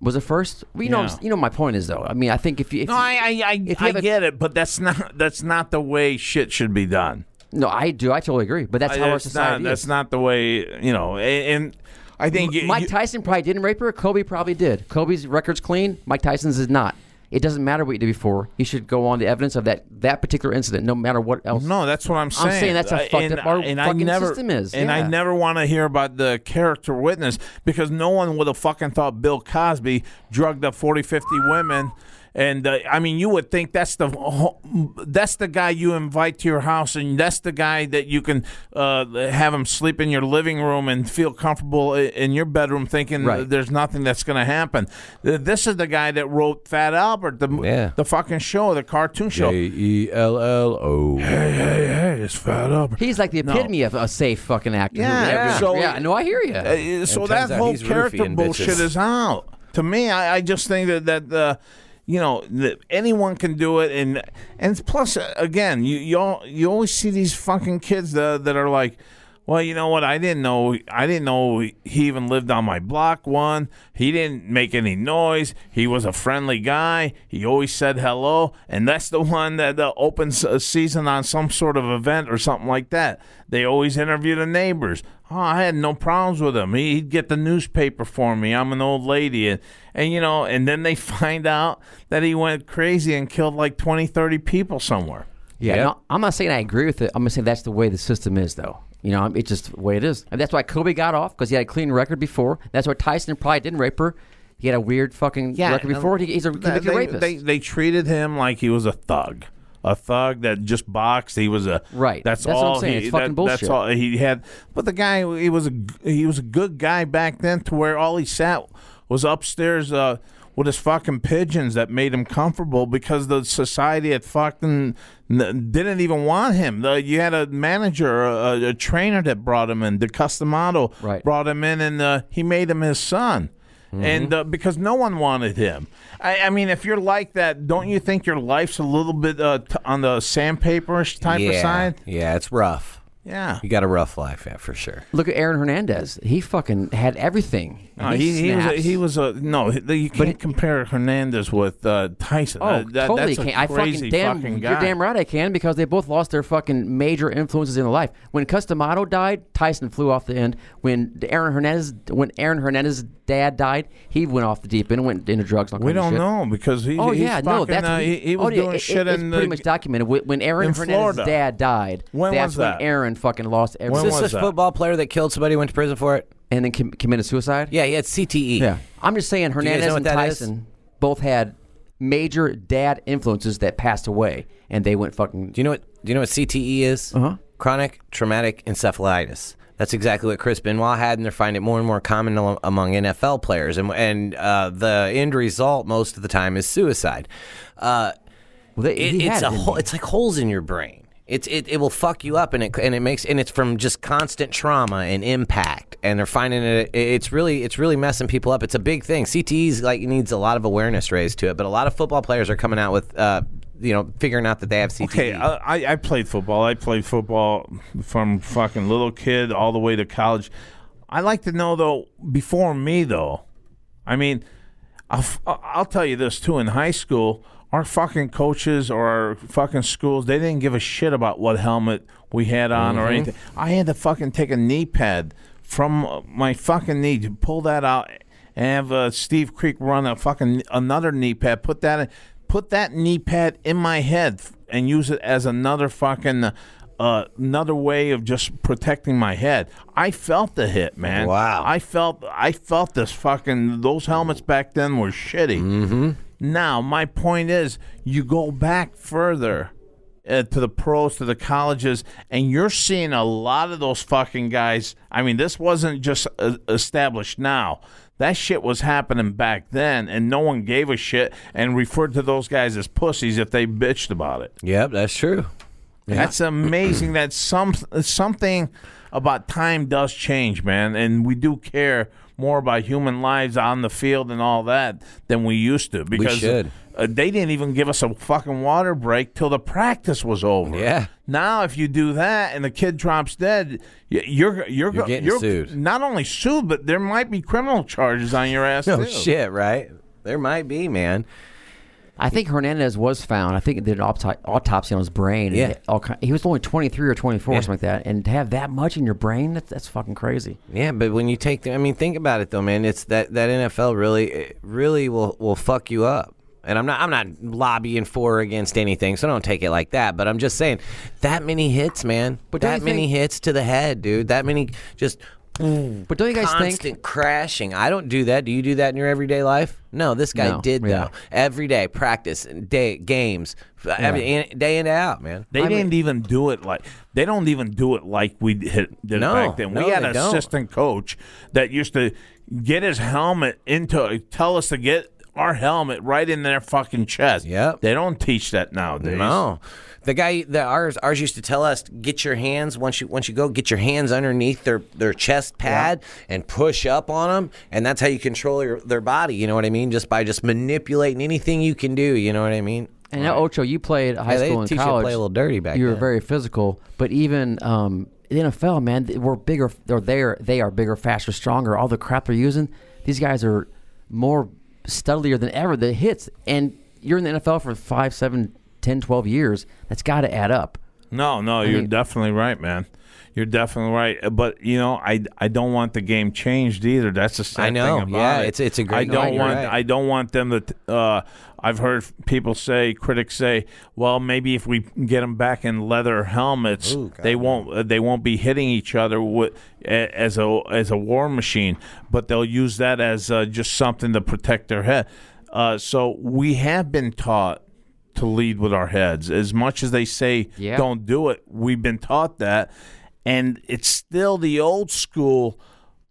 [SPEAKER 4] Was it first? Well, you know,
[SPEAKER 3] Yeah.
[SPEAKER 4] you know. My point is though. I mean, I think if you, if
[SPEAKER 3] No,
[SPEAKER 4] you-
[SPEAKER 3] I I, I,
[SPEAKER 4] If
[SPEAKER 3] I
[SPEAKER 4] you have a-
[SPEAKER 3] get it, but that's not that's not the way shit should be done.
[SPEAKER 4] no, I do. I totally agree. But that's how our
[SPEAKER 3] That's
[SPEAKER 4] society
[SPEAKER 3] not,
[SPEAKER 4] is.
[SPEAKER 3] that's not the way you know. And, and I think you,
[SPEAKER 4] Mike
[SPEAKER 3] you-
[SPEAKER 4] Tyson probably didn't rape her. Kobe probably did. Kobe's record's clean. Mike Tyson's is not. It doesn't matter what you did before. You should go on the evidence of that that particular incident, no matter what else.
[SPEAKER 3] No, that's what I'm saying.
[SPEAKER 4] saying that's how
[SPEAKER 3] I-
[SPEAKER 4] fucked up our
[SPEAKER 3] I
[SPEAKER 4] fucking
[SPEAKER 3] never-
[SPEAKER 4] system is,
[SPEAKER 3] And I
[SPEAKER 4] yeah.
[SPEAKER 3] never want to hear about the character witness because no one would have fucking thought Bill Cosby drugged up 40, 50 women. And uh, I mean, you would think that's the whole- that's the guy you invite to your house, and that's the guy that you can uh, have him sleep in your living room and feel comfortable i- in your bedroom, thinking
[SPEAKER 4] Right.
[SPEAKER 3] there's nothing that's going to happen. Th- This is the guy that wrote Fat Albert, the
[SPEAKER 2] Yeah.
[SPEAKER 3] the fucking show, the cartoon show.
[SPEAKER 2] E L L O.
[SPEAKER 3] Hey, hey, hey, it's Fat Albert.
[SPEAKER 4] He's like the epitome of a safe fucking actor. who
[SPEAKER 3] Yeah,
[SPEAKER 4] would never-
[SPEAKER 3] yeah. So-
[SPEAKER 4] yeah. No, I hear you.
[SPEAKER 3] Uh, so
[SPEAKER 2] turns
[SPEAKER 3] that
[SPEAKER 2] out
[SPEAKER 3] whole
[SPEAKER 2] he's
[SPEAKER 3] character
[SPEAKER 2] roofing
[SPEAKER 3] bullshit
[SPEAKER 2] bitches.
[SPEAKER 3] is out. To me, I, I just think that that uh, you know that anyone can do it, and and plus uh, again, you you all, you always see these fucking kids that, that are like. Well, you know what? I didn't know. I didn't know he even lived on my block. One, he didn't make any noise. He was a friendly guy. He always said hello, and that's the one that uh, opens a season on some sort of event or something like that. They always interview the neighbors. Oh, I had no problems with him. He- He'd get the newspaper for me. I'm an old lady. And, and, you know, and then they find out that he went crazy and killed like 20, 30 people somewhere.
[SPEAKER 4] yeah. no, I'm not saying I agree with it. I'm just saying that's the way the system is, though. You know, I'm- it's just the way it is. And that's why Kobe got off because he had a clean record before. That's why Tyson probably didn't rape her. He had a weird fucking record
[SPEAKER 3] and
[SPEAKER 4] before. He- He's a convicted
[SPEAKER 3] they,
[SPEAKER 4] rapist.
[SPEAKER 3] They, they treated him like he was a thug. A thug that just boxed. He was a
[SPEAKER 4] Right.
[SPEAKER 3] That's,
[SPEAKER 4] That's what I'm
[SPEAKER 3] all.
[SPEAKER 4] saying.
[SPEAKER 3] He,
[SPEAKER 4] It's
[SPEAKER 3] that-
[SPEAKER 4] fucking
[SPEAKER 3] That's
[SPEAKER 4] bullshit.
[SPEAKER 3] all Uh, he had. But the guy, he was a g- he was a good guy back then. To where all he sat was upstairs uh, with his fucking pigeons that made him comfortable because the society had fucking n- didn't even want him. The, you had a manager, a, a trainer that brought him in. The Customato
[SPEAKER 4] Right.
[SPEAKER 3] brought him in, and uh, he made him his son and uh, because no one wanted him. I, I mean, if you're like that, don't you think your life's a little bit uh, t- on the sandpaperish type of
[SPEAKER 2] Yeah,
[SPEAKER 3] side?
[SPEAKER 2] yeah, it's rough.
[SPEAKER 3] Yeah.
[SPEAKER 2] You got a rough life, yeah, for sure.
[SPEAKER 4] Look at Aaron Hernandez. He fucking had everything.
[SPEAKER 3] No,
[SPEAKER 4] And
[SPEAKER 3] Uh, he, he was a,
[SPEAKER 4] snaps.
[SPEAKER 3] he was a no. he- You can't compare Hernandez with uh, Tyson.
[SPEAKER 4] Oh,
[SPEAKER 3] That- that-
[SPEAKER 4] totally
[SPEAKER 3] that's a
[SPEAKER 4] can. I
[SPEAKER 3] crazy
[SPEAKER 4] fucking damn,
[SPEAKER 3] guy.
[SPEAKER 4] you're damn right I can because they both lost their fucking major influences in life. When Customato died, Tyson flew off the end. When Aaron Hernandez, when Aaron Hernandez's dad died, he went off the deep end, and went into drugs. and all
[SPEAKER 3] We
[SPEAKER 4] kinds of
[SPEAKER 3] don't
[SPEAKER 4] shit.
[SPEAKER 3] know because he,
[SPEAKER 4] Oh
[SPEAKER 3] he's
[SPEAKER 4] yeah, no,
[SPEAKER 3] fucking,
[SPEAKER 4] that's
[SPEAKER 3] uh, he, he was
[SPEAKER 4] oh, yeah,
[SPEAKER 3] doing
[SPEAKER 4] it-
[SPEAKER 3] shit
[SPEAKER 4] it's
[SPEAKER 3] in
[SPEAKER 4] pretty
[SPEAKER 3] the-
[SPEAKER 4] much documented. When- When Aaron
[SPEAKER 3] in
[SPEAKER 4] Hernandez's
[SPEAKER 3] Florida.
[SPEAKER 4] dad died,
[SPEAKER 3] When
[SPEAKER 4] that's
[SPEAKER 3] was
[SPEAKER 4] when
[SPEAKER 3] that?
[SPEAKER 4] Aaron fucking lost
[SPEAKER 3] When
[SPEAKER 4] everything
[SPEAKER 2] Is
[SPEAKER 3] was
[SPEAKER 2] this this
[SPEAKER 3] that?
[SPEAKER 2] football player that killed somebody went to prison for it?
[SPEAKER 4] and then com- committed suicide.
[SPEAKER 2] Yeah, he had CTE.
[SPEAKER 4] I'm just saying
[SPEAKER 2] guys know
[SPEAKER 4] Hernandez
[SPEAKER 2] what
[SPEAKER 4] and
[SPEAKER 2] that is?
[SPEAKER 4] Tyson both had major dad influences that passed away, and they went fucking.
[SPEAKER 2] Do you know what? Do you know what CTE is?
[SPEAKER 4] Uh-huh.
[SPEAKER 2] Chronic traumatic encephalitis. That's exactly what Chris Benoit had, and they're finding it more and more common al- among NFL players. And, and uh, the end result most of the time is suicide. Uh,
[SPEAKER 4] Well, they,
[SPEAKER 2] it,
[SPEAKER 4] he
[SPEAKER 2] it's
[SPEAKER 4] had
[SPEAKER 2] a
[SPEAKER 4] it, didn't
[SPEAKER 2] hole.
[SPEAKER 4] he?
[SPEAKER 2] It's like holes in your brain. It's it, it will fuck you up and it and it makes and it's from just constant trauma and impact and they're finding it it's really it's really messing people up. It's a big thing. CTE's like needs a lot of awareness raised to it, but a lot of football players are coming out with uh you know figuring out that they have CTE.
[SPEAKER 3] Okay, uh, I, I- I played football. I played football from fucking little kid all the way to college. I like to know though before me though. I mean, I'll, f- I'll tell you this too. In high school, our fucking coaches or our fucking schools, they didn't give a shit about what helmet we had on or anything. I had to fucking take a knee pad from my fucking knee to pull that out and have uh, Steve Creek run a fucking another knee pad. Put that in, put that knee pad in my head f- and use it as another fucking. Uh, another way of just protecting my head. I felt the hit, man.
[SPEAKER 2] Wow.
[SPEAKER 3] I felt I felt this fucking those helmets back then were shitty. Mm-hmm. Now my point is, you go back further uh, to the pros, to the colleges, and you're seeing a lot of those fucking guys. I mean, this wasn't just uh, established now. That shit was happening back then, and no one gave a shit and referred to those guys as pussies if they bitched about it.
[SPEAKER 2] Yep, that's true.
[SPEAKER 3] That's amazing that some something about time does change, man, and we do care more about human lives on the field and all that than we used to because
[SPEAKER 2] should.
[SPEAKER 3] Uh, they didn't even give us a fucking water break till the practice was over.
[SPEAKER 2] Yeah.
[SPEAKER 3] Now if you do that and the kid drops dead, y- you're you're
[SPEAKER 2] You're getting sued.
[SPEAKER 3] Not only sued, but there might be criminal charges on your ass
[SPEAKER 2] No
[SPEAKER 3] too.
[SPEAKER 2] shit, right? There might be, man.
[SPEAKER 4] I think Hernandez was found. I think they did an autop- autopsy on his brain. and
[SPEAKER 2] Yeah.
[SPEAKER 4] all ki- he was only 23 or 24 or something like that. And to have that much in your brain, that's, that's fucking crazy.
[SPEAKER 2] Yeah, but when you take, the, I mean, think about it though, man. It's that that NFL really, it really will will fuck you up. And I'm not I'm not lobbying for or against anything, so don't take it like that. But I'm just saying, that many hits, man.
[SPEAKER 4] But don't
[SPEAKER 2] that
[SPEAKER 4] you
[SPEAKER 2] many
[SPEAKER 4] think-
[SPEAKER 2] hits to the head, dude. That many just
[SPEAKER 4] But don't you guys
[SPEAKER 2] constant
[SPEAKER 4] think?
[SPEAKER 2] crashing. I don't do that. Do you do that in your everyday life? No, this guy
[SPEAKER 4] No,
[SPEAKER 2] did
[SPEAKER 4] yeah.
[SPEAKER 2] though. Every day, practice, day games, f- every, in, day in out, man.
[SPEAKER 3] They didn't even do it like they don't even do it like we did, did
[SPEAKER 2] No,
[SPEAKER 3] back then.
[SPEAKER 2] no,
[SPEAKER 3] we had
[SPEAKER 2] they
[SPEAKER 3] an
[SPEAKER 2] don't.
[SPEAKER 3] assistant coach that used to get his helmet into tell us to get our helmet right in their fucking chest.
[SPEAKER 2] Yep.
[SPEAKER 3] They don't teach that nowadays.
[SPEAKER 2] No, the guy that ours ours used to tell us get your hands once you once you go get your hands underneath their their chest pad and push up on them, and that's how you control your, their body. You know what I mean? Just by just manipulating anything you can do. You know what I mean?
[SPEAKER 4] And now, Ocho, you played high
[SPEAKER 2] Yeah, they
[SPEAKER 4] school and
[SPEAKER 2] teach you to
[SPEAKER 4] college.
[SPEAKER 2] play a little dirty back
[SPEAKER 4] You were
[SPEAKER 2] then.
[SPEAKER 4] very physical, but even um, the NFL, man, th- we're bigger. Or they are they are bigger, faster, stronger. All the crap they're using, these guys are more studlier than ever. The hits, and you're in the NFL for five, seven, ten, twelve years. That's got to add up.
[SPEAKER 3] No, no, you're
[SPEAKER 4] mean-
[SPEAKER 3] definitely right, man. You're definitely right, Uh, but you know, I I don't want the game changed either. That's the sad
[SPEAKER 2] I know.
[SPEAKER 3] thing about
[SPEAKER 2] Yeah,
[SPEAKER 3] it.
[SPEAKER 2] it's- it's a
[SPEAKER 3] I
[SPEAKER 2] great
[SPEAKER 3] don't
[SPEAKER 2] point. You're
[SPEAKER 3] want
[SPEAKER 2] right.
[SPEAKER 3] I don't want them to. t- Uh, I've heard f- people say, critics say, well, maybe if we get them back in leather helmets, they won't uh, they won't be hitting each other with, a, as a as a war machine, but they'll use that as uh, just something to protect their head. Uh, so we have been taught to lead with our heads as much as they say
[SPEAKER 4] Yeah.
[SPEAKER 3] don't do it. We've been taught that. And it's still the old school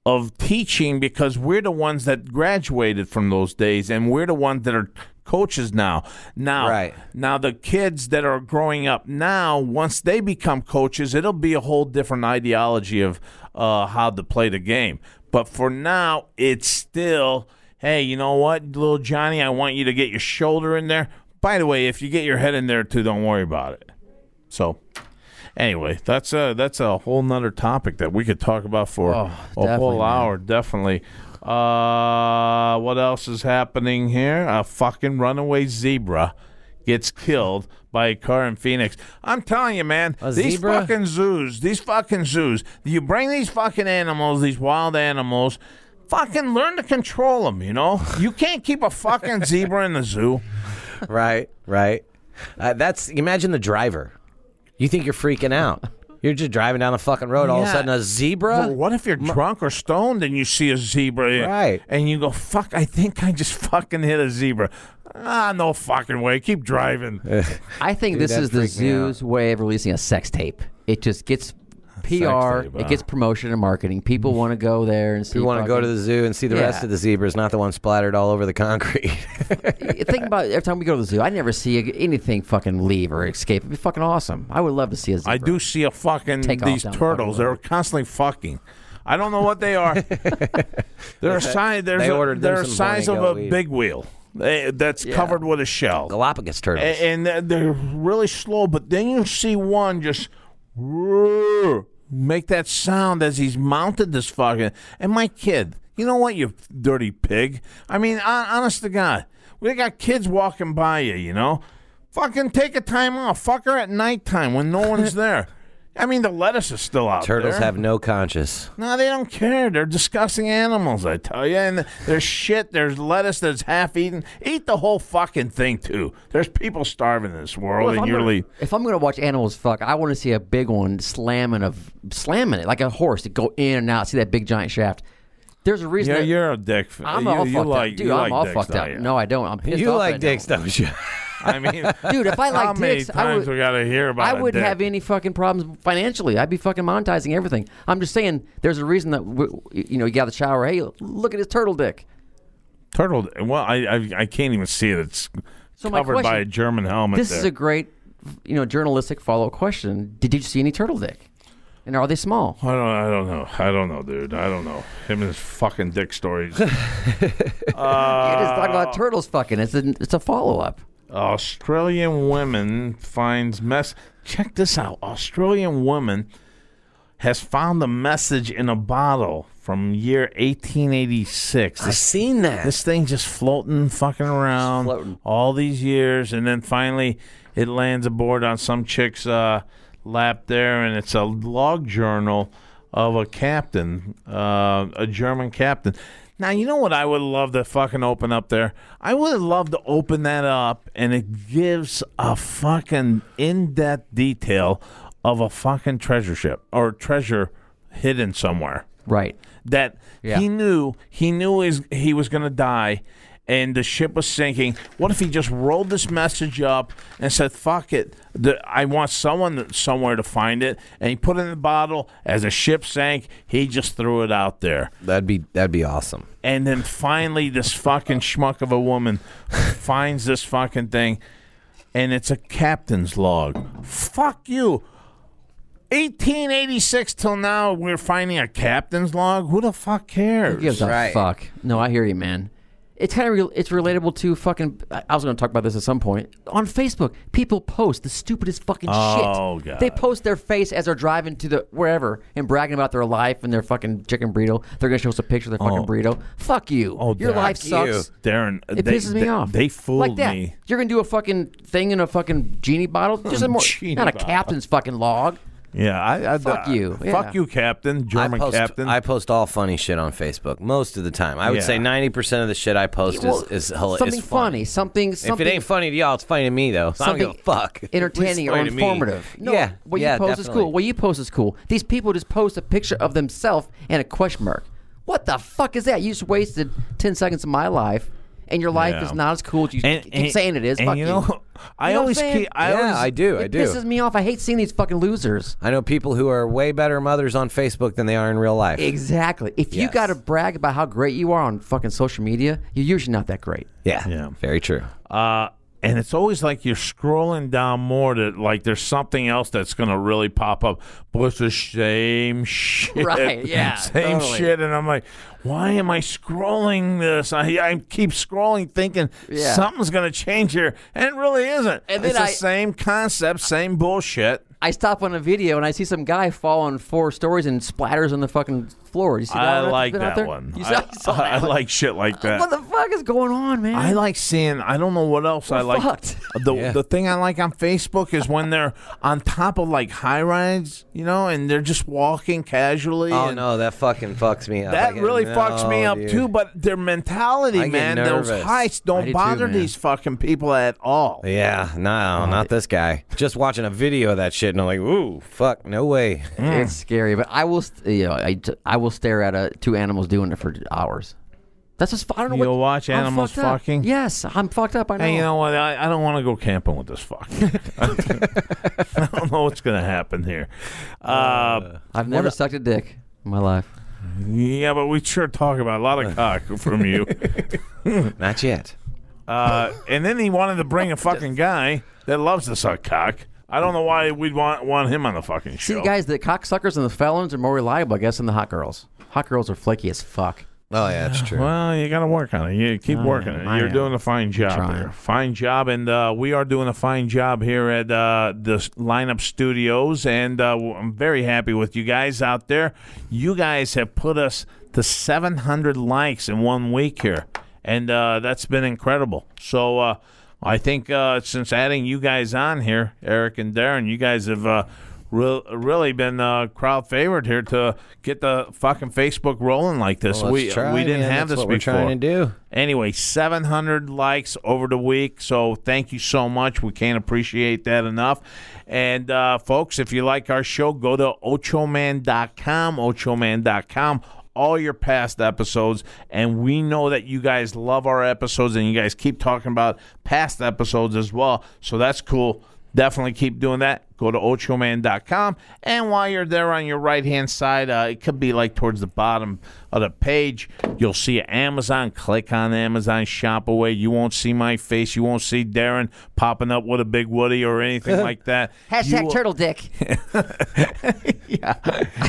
[SPEAKER 3] of teaching because we're the ones that graduated from those days and we're the ones that are coaches now. Now
[SPEAKER 2] Right.
[SPEAKER 3] now the kids that are growing up now, once they become coaches, it'll be a whole different ideology of uh, how to play the game. But for now, it's still, hey, you know what, little Johnny, I want you to get your shoulder in there. By the way, if you get your head in there too, don't worry about it. So, Anyway, that's a that's a whole nother topic that we could talk about for a
[SPEAKER 4] definitely,
[SPEAKER 3] whole
[SPEAKER 4] man.
[SPEAKER 3] hour, definitely. Uh, what else is happening here? A fucking runaway zebra gets killed by a car in Phoenix. I'm telling you, man,
[SPEAKER 2] A
[SPEAKER 3] these
[SPEAKER 2] zebra?
[SPEAKER 3] fucking zoos, these fucking zoos. You bring these fucking animals, these wild animals. Fucking learn to control them, you know. You can't keep a fucking zebra in the zoo.
[SPEAKER 2] right, right. Uh, that's imagine the driver. You think you're freaking out. You're just driving down the fucking road. All of a
[SPEAKER 3] Yeah.
[SPEAKER 2] sudden, a zebra.
[SPEAKER 3] But what if you're drunk or stoned and you see a zebra?
[SPEAKER 2] Right.
[SPEAKER 3] And you go, fuck, I think I just fucking hit a zebra. Ah, no fucking way. Keep driving.
[SPEAKER 4] I think this
[SPEAKER 2] that
[SPEAKER 4] is the
[SPEAKER 2] freaked me out.
[SPEAKER 4] zoo's way of releasing a sex tape. It just gets PR,
[SPEAKER 3] tape,
[SPEAKER 4] it
[SPEAKER 3] huh?
[SPEAKER 4] gets promotion and marketing. People want to go there and see.
[SPEAKER 2] You want to go to
[SPEAKER 4] fucking-
[SPEAKER 2] the zoo and see the
[SPEAKER 4] Yeah.
[SPEAKER 2] rest of the zebras, not the one splattered all over the concrete.
[SPEAKER 4] Think about it. every time we go to the zoo. I never see a- anything fucking leave or escape. It'd be fucking awesome. I would love to see a zebra.
[SPEAKER 3] I do see a fucking,
[SPEAKER 4] Take off
[SPEAKER 3] these
[SPEAKER 4] down the
[SPEAKER 3] turtles.
[SPEAKER 4] fucking road.
[SPEAKER 3] They're constantly fucking. I don't know what they are. they're a size, there's
[SPEAKER 2] they
[SPEAKER 3] a-
[SPEAKER 2] ordered them
[SPEAKER 3] they're a
[SPEAKER 2] some
[SPEAKER 3] size of
[SPEAKER 2] Borneo
[SPEAKER 3] a
[SPEAKER 2] weed.
[SPEAKER 3] big wheel eh, that's covered with a shell.
[SPEAKER 2] Galapagos turtles.
[SPEAKER 3] A- and they're- they're really slow. But then you see one just make that sound as he's mounted this fucking. And my kid, you know what, you dirty pig. I mean, hon- honest to God, we got kids walking by you. You know, fucking take a time off, fucker, at nighttime when no one's there. I mean, the lettuce is still out
[SPEAKER 2] turtles
[SPEAKER 3] there.
[SPEAKER 2] have no conscience.
[SPEAKER 3] No, they don't care. They're disgusting animals, I tell you. And there's shit. There's lettuce that's half eaten. Eat the whole fucking thing too. There's people starving in this world,
[SPEAKER 4] Well, if
[SPEAKER 3] and
[SPEAKER 4] I'm
[SPEAKER 3] you're
[SPEAKER 4] gonna-
[SPEAKER 3] really
[SPEAKER 4] If I'm gonna watch animals fuck, I want to see a big one slamming of slamming it like a horse to go in and out. See that big giant shaft. There's a reason.
[SPEAKER 3] yeah,
[SPEAKER 4] that-
[SPEAKER 3] you're a dick. f-
[SPEAKER 4] I'm
[SPEAKER 3] you,
[SPEAKER 4] all
[SPEAKER 3] you
[SPEAKER 4] fucked
[SPEAKER 3] like,
[SPEAKER 4] up, dude.
[SPEAKER 3] You
[SPEAKER 4] I'm
[SPEAKER 3] like
[SPEAKER 4] all
[SPEAKER 3] dicks,
[SPEAKER 4] fucked up.
[SPEAKER 3] don't you?
[SPEAKER 4] No, I don't. I'm pissed
[SPEAKER 2] You
[SPEAKER 4] off
[SPEAKER 2] like
[SPEAKER 4] right now.
[SPEAKER 2] dicks, don't you?
[SPEAKER 3] I mean,
[SPEAKER 4] Dude, if I
[SPEAKER 3] how
[SPEAKER 4] like
[SPEAKER 3] many
[SPEAKER 4] dicks, I
[SPEAKER 3] times
[SPEAKER 4] would,
[SPEAKER 3] we gotta hear about?
[SPEAKER 4] I
[SPEAKER 3] a
[SPEAKER 4] wouldn't
[SPEAKER 3] dick?
[SPEAKER 4] have any fucking problems financially. I'd be fucking monetizing everything. I'm just saying, there's a reason that w- you know you got the shower. Hey, look at his turtle dick.
[SPEAKER 3] turtle. Well, I, I I can't even see it. It's
[SPEAKER 4] So my
[SPEAKER 3] covered by
[SPEAKER 4] question-
[SPEAKER 3] a German helmet.
[SPEAKER 4] This
[SPEAKER 3] there.
[SPEAKER 4] is a great, you know, journalistic follow up question. Did you see any turtle dick? And are they small?
[SPEAKER 3] I don't, I don't know. I don't know, dude. I don't know. Him and his fucking dick stories.
[SPEAKER 4] you just talk
[SPEAKER 3] Oh.
[SPEAKER 4] about turtles fucking. It's a, it's a follow up.
[SPEAKER 3] Australian woman finds mess. Check this out. Australian woman has found a message in a bottle from year 1886.
[SPEAKER 2] I've
[SPEAKER 3] This,
[SPEAKER 2] seen that.
[SPEAKER 3] this thing just floating, fucking around
[SPEAKER 2] floating.
[SPEAKER 3] all these years, and then finally it lands aboard on some chick's uh, lap there, and it's a log journal of a captain, uh, a German captain. Now you know what I would love to fucking open up there. I would love to open that up, and it gives a fucking in-depth detail of a fucking treasure ship or treasure hidden somewhere
[SPEAKER 4] Right.
[SPEAKER 3] that
[SPEAKER 4] Yeah.
[SPEAKER 3] he knew he knew his, he was going to die and the ship was sinking what if he just rolled this message up and said fuck it the, i want someone that- somewhere to find it and he put it in the bottle as the ship sank he just threw it out there
[SPEAKER 2] That'd be that'd be awesome.
[SPEAKER 3] and then finally this fucking schmuck of a woman finds this fucking thing and it's a captain's log fuck you 1886 till now we're finding a captain's log who the fuck cares
[SPEAKER 4] Who gives a
[SPEAKER 2] Right.
[SPEAKER 4] fuck? No, I hear you, man. It's kind of real. It's relatable to fucking. I I was going to talk about this at some point on Facebook. People post the stupidest fucking shit.
[SPEAKER 3] Oh, God.
[SPEAKER 4] They post their face as they're driving to the wherever and bragging about their life and their fucking chicken burrito. They're going to show us a picture of their fucking burrito. Fuck you.
[SPEAKER 3] Oh,
[SPEAKER 4] your
[SPEAKER 3] Darren.
[SPEAKER 4] life
[SPEAKER 2] Fuck you.
[SPEAKER 4] sucks.
[SPEAKER 3] Darren,
[SPEAKER 4] It
[SPEAKER 3] they,
[SPEAKER 4] pisses me
[SPEAKER 3] they-
[SPEAKER 4] off.
[SPEAKER 3] They fooled
[SPEAKER 4] like that.
[SPEAKER 3] me.
[SPEAKER 4] You're gonna do a fucking thing in a fucking genie bottle. Just a more,
[SPEAKER 3] Genie
[SPEAKER 4] not a
[SPEAKER 3] bottle.
[SPEAKER 4] captain's fucking log.
[SPEAKER 3] Yeah, I, I
[SPEAKER 4] Fuck you. Yeah.
[SPEAKER 3] Fuck you, Captain. German
[SPEAKER 2] I post,
[SPEAKER 3] Captain.
[SPEAKER 2] I post all funny shit on Facebook most of the time. I would
[SPEAKER 3] Yeah.
[SPEAKER 2] say ninety percent of the shit I post
[SPEAKER 4] Well,
[SPEAKER 2] is is, hila- is fun.
[SPEAKER 4] something funny. Something.
[SPEAKER 2] If
[SPEAKER 4] Something
[SPEAKER 2] it ain't funny to y'all, it's funny to me though. So I don't give a fuck. It's
[SPEAKER 4] entertaining or
[SPEAKER 2] funny to me.
[SPEAKER 4] informative.
[SPEAKER 2] yeah,
[SPEAKER 4] what
[SPEAKER 2] yeah,
[SPEAKER 4] you post
[SPEAKER 2] definitely.
[SPEAKER 4] is cool. What you post is cool. These people just post a picture of themselves and a question mark. What the fuck is that? You just wasted ten seconds of my life, and your life
[SPEAKER 3] Yeah.
[SPEAKER 4] is not as cool as you
[SPEAKER 3] And-
[SPEAKER 4] keep
[SPEAKER 3] and-
[SPEAKER 4] saying it is.
[SPEAKER 3] and
[SPEAKER 4] Fuck
[SPEAKER 3] you know, I
[SPEAKER 4] You know what
[SPEAKER 3] always
[SPEAKER 4] I'm saying?
[SPEAKER 3] keep. I
[SPEAKER 2] yeah,
[SPEAKER 3] always,
[SPEAKER 2] I do. I
[SPEAKER 4] It
[SPEAKER 2] do.
[SPEAKER 4] pisses me off. I hate seeing these fucking losers.
[SPEAKER 2] I know people who are way better mothers on Facebook than they are in real life.
[SPEAKER 4] Exactly. If you
[SPEAKER 2] Yes.
[SPEAKER 4] got to brag about how great you are on fucking social media, you're usually not that great.
[SPEAKER 2] Yeah,
[SPEAKER 3] Yeah.
[SPEAKER 2] very true.
[SPEAKER 3] Uh, and it's always like you're scrolling down more to like there's something else that's gonna really pop up, but it's the same shit.
[SPEAKER 4] Right, yeah,
[SPEAKER 3] Same
[SPEAKER 4] totally.
[SPEAKER 3] shit. And I'm like, why am I scrolling this? I, I keep scrolling thinking
[SPEAKER 4] Yeah.
[SPEAKER 3] something's gonna change here, and it really isn't.
[SPEAKER 4] And
[SPEAKER 3] it's
[SPEAKER 4] then
[SPEAKER 3] the
[SPEAKER 4] I-
[SPEAKER 3] same concept, same bullshit.
[SPEAKER 4] I stop on a video and I see some guy fall on four stories and splatters on the fucking floor. You see that
[SPEAKER 3] I
[SPEAKER 4] one that's
[SPEAKER 3] like
[SPEAKER 4] been
[SPEAKER 3] that
[SPEAKER 4] out there?
[SPEAKER 3] one.
[SPEAKER 4] You
[SPEAKER 3] I,
[SPEAKER 4] saw, you saw
[SPEAKER 3] I- I
[SPEAKER 4] that one?
[SPEAKER 3] like shit like that.
[SPEAKER 4] What the fuck is going on, man?
[SPEAKER 3] I like seeing. I don't know what else I like.
[SPEAKER 4] fucked.
[SPEAKER 3] The
[SPEAKER 2] Yeah.
[SPEAKER 3] the thing I like on Facebook is when they're on top of like high rides, you know, and they're just walking casually.
[SPEAKER 2] Oh
[SPEAKER 3] and-
[SPEAKER 2] no, that fucking fucks me up. I
[SPEAKER 3] That
[SPEAKER 2] get-
[SPEAKER 3] really fucks me
[SPEAKER 2] no,
[SPEAKER 3] up
[SPEAKER 2] dude.
[SPEAKER 3] too. But their mentality,
[SPEAKER 2] I get
[SPEAKER 3] man, those
[SPEAKER 2] nervous.
[SPEAKER 3] heights
[SPEAKER 4] I
[SPEAKER 3] don't
[SPEAKER 4] do too,
[SPEAKER 3] bother
[SPEAKER 4] man.
[SPEAKER 3] these fucking people at all.
[SPEAKER 2] Yeah, no, not this guy. Just watching a video of that shit and I'm like, ooh, fuck, no way.
[SPEAKER 4] It's scary, but I will. St- you know, I, t- I will stare at uh, two animals doing it for hours. That's just. I don't know.
[SPEAKER 3] You'll
[SPEAKER 4] what,
[SPEAKER 3] watch
[SPEAKER 4] I'm
[SPEAKER 3] animals
[SPEAKER 4] fucked up.
[SPEAKER 3] fucking?
[SPEAKER 4] Yes, I'm fucked up. I know.
[SPEAKER 3] Hey, you know what? I, I don't want to go camping with this fuck. I don't know what's gonna happen here. Uh,
[SPEAKER 4] I've never sucked a dick in my life.
[SPEAKER 3] yeah, but we sure talk about a lot of cock from you.
[SPEAKER 2] Not yet.
[SPEAKER 3] Uh, and then he wanted to bring a fucking guy that loves to suck cock. I don't know why we'd want want him on the fucking
[SPEAKER 4] See,
[SPEAKER 3] show.
[SPEAKER 4] guys, the cocksuckers and the felons are more reliable, I guess, than the hot girls. Hot girls are flaky as fuck.
[SPEAKER 2] Oh yeah, that's true.
[SPEAKER 3] Well, you got to work on it. You keep working it.
[SPEAKER 4] Oh, I
[SPEAKER 3] You're
[SPEAKER 4] am.
[SPEAKER 3] doing a fine job
[SPEAKER 4] Trying.
[SPEAKER 3] here. Fine job, and uh, we are doing a fine job here at uh, the S- lineup studios. And uh, w- I'm very happy with you guys out there. You guys have put us to 700 likes in one week here, and uh, that's been incredible. So. Uh, I think uh, since adding you guys on here, Eric and Darren, you guys have uh, re- really been uh, crowd favored here to get the fucking Facebook rolling like this.
[SPEAKER 2] Well, let's
[SPEAKER 3] we
[SPEAKER 2] try,
[SPEAKER 3] we didn't
[SPEAKER 2] man.
[SPEAKER 3] have
[SPEAKER 2] That's
[SPEAKER 3] this
[SPEAKER 2] what we're
[SPEAKER 3] before.
[SPEAKER 2] trying to do.
[SPEAKER 3] Anyway, 700 likes over the week. So thank you so much. We can't appreciate that enough. And uh, folks, if you like our show, go to ochoman.com, ochoman.com. All your past episodes, and we know that you guys love our episodes, and you guys keep talking about past episodes as well. So that's cool. Definitely keep doing that. Go to ochoman.com. And while you're there on your right hand side, uh, it could be like towards the bottom of the page. You'll see Amazon. Click on Amazon, shop away. You won't see my face. You won't see Darren popping up with a big Woody or anything like that. You will-
[SPEAKER 4] dick.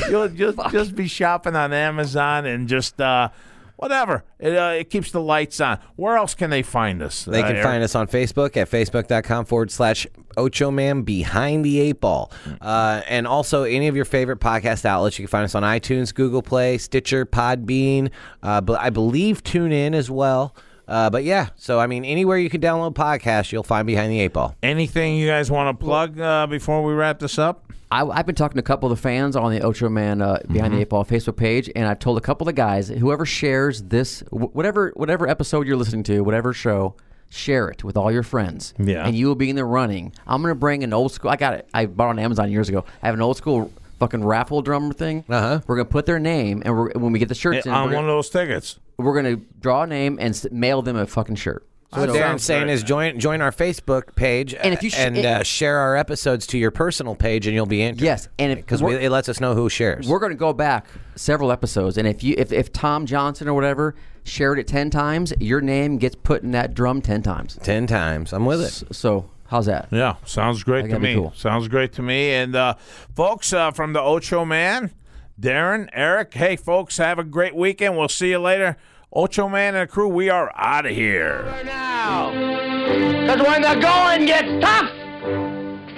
[SPEAKER 3] You'll just, just be shopping on Amazon and just. Uh, Whatever. It, uh, it keeps the lights on. Where else can they find us? Uh,
[SPEAKER 2] They can find us on Facebook at facebook.com forward slash Ocho Man Behind the Eight Ball. Uh, and also any of your favorite podcast outlets. You can find us on iTunes, Google Play, Stitcher, Podbean, uh, but I believe TuneIn as well. Uh, but yeah, so I mean, anywhere you can download podcasts, you'll find Behind the Eight Ball.
[SPEAKER 3] Anything you guys want to plug uh, before we wrap this up?
[SPEAKER 4] I, I've been talking to a couple of the fans on the Ocho Man uh, Behind the Eight Ball Facebook page, and I've told a couple of the guys whoever shares this, wh- whatever whatever episode you're listening to, whatever show, share it with all your friends.
[SPEAKER 3] Yeah.
[SPEAKER 4] and you will be in the running. I'm gonna bring an old school. I got it. I bought it on Amazon years ago. I have an old school fucking raffle drummer thing.
[SPEAKER 2] Uh-huh.
[SPEAKER 4] We're gonna put their name, and we're, when we get the shirts in,
[SPEAKER 3] on
[SPEAKER 4] we're
[SPEAKER 3] one of
[SPEAKER 4] gonna,
[SPEAKER 3] those tickets.
[SPEAKER 4] we're gonna draw a name and s- mail them a fucking shirt.
[SPEAKER 2] So what Darren's
[SPEAKER 3] sounds
[SPEAKER 2] saying
[SPEAKER 3] great.
[SPEAKER 2] is join join our Facebook page
[SPEAKER 4] And if you sh-
[SPEAKER 2] and uh, share our episodes to your personal page, and you'll be entered.
[SPEAKER 4] Yes, and if-
[SPEAKER 2] because
[SPEAKER 4] we're-
[SPEAKER 2] it lets us know who shares.
[SPEAKER 4] We're going to go back several episodes, and if you if, if Tom Johnson or whatever shared it ten times, your name gets put in that drum ten times.
[SPEAKER 2] Ten times. I'm with it.
[SPEAKER 4] S- So how's that?
[SPEAKER 3] Yeah, sounds great to
[SPEAKER 4] That'd be
[SPEAKER 3] me.
[SPEAKER 4] cool.
[SPEAKER 3] Sounds great to me. And uh, folks uh, from the Ocho Man, Darren, Eric. Hey, folks, have a great weekend. We'll see you later. Ocho Man and the crew, we are out of here.
[SPEAKER 5] now. Because when the going gets tough,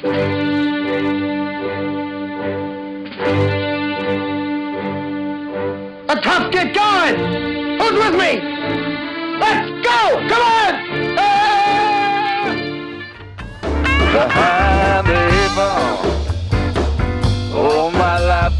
[SPEAKER 5] the tough get going. Who's with me? Let's go! Come on! Behind the eight ball. All Oh, my life,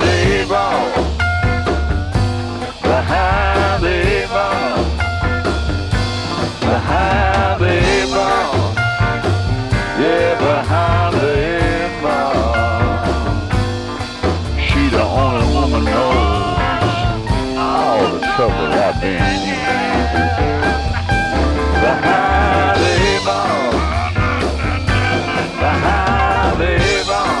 [SPEAKER 5] the eight ball. Behind the eight ball. Behind the eight ball. Yeah, behind the eight ball. She the only woman knows all the trouble I've been in. Behind the eight ball. Behind the eight ball.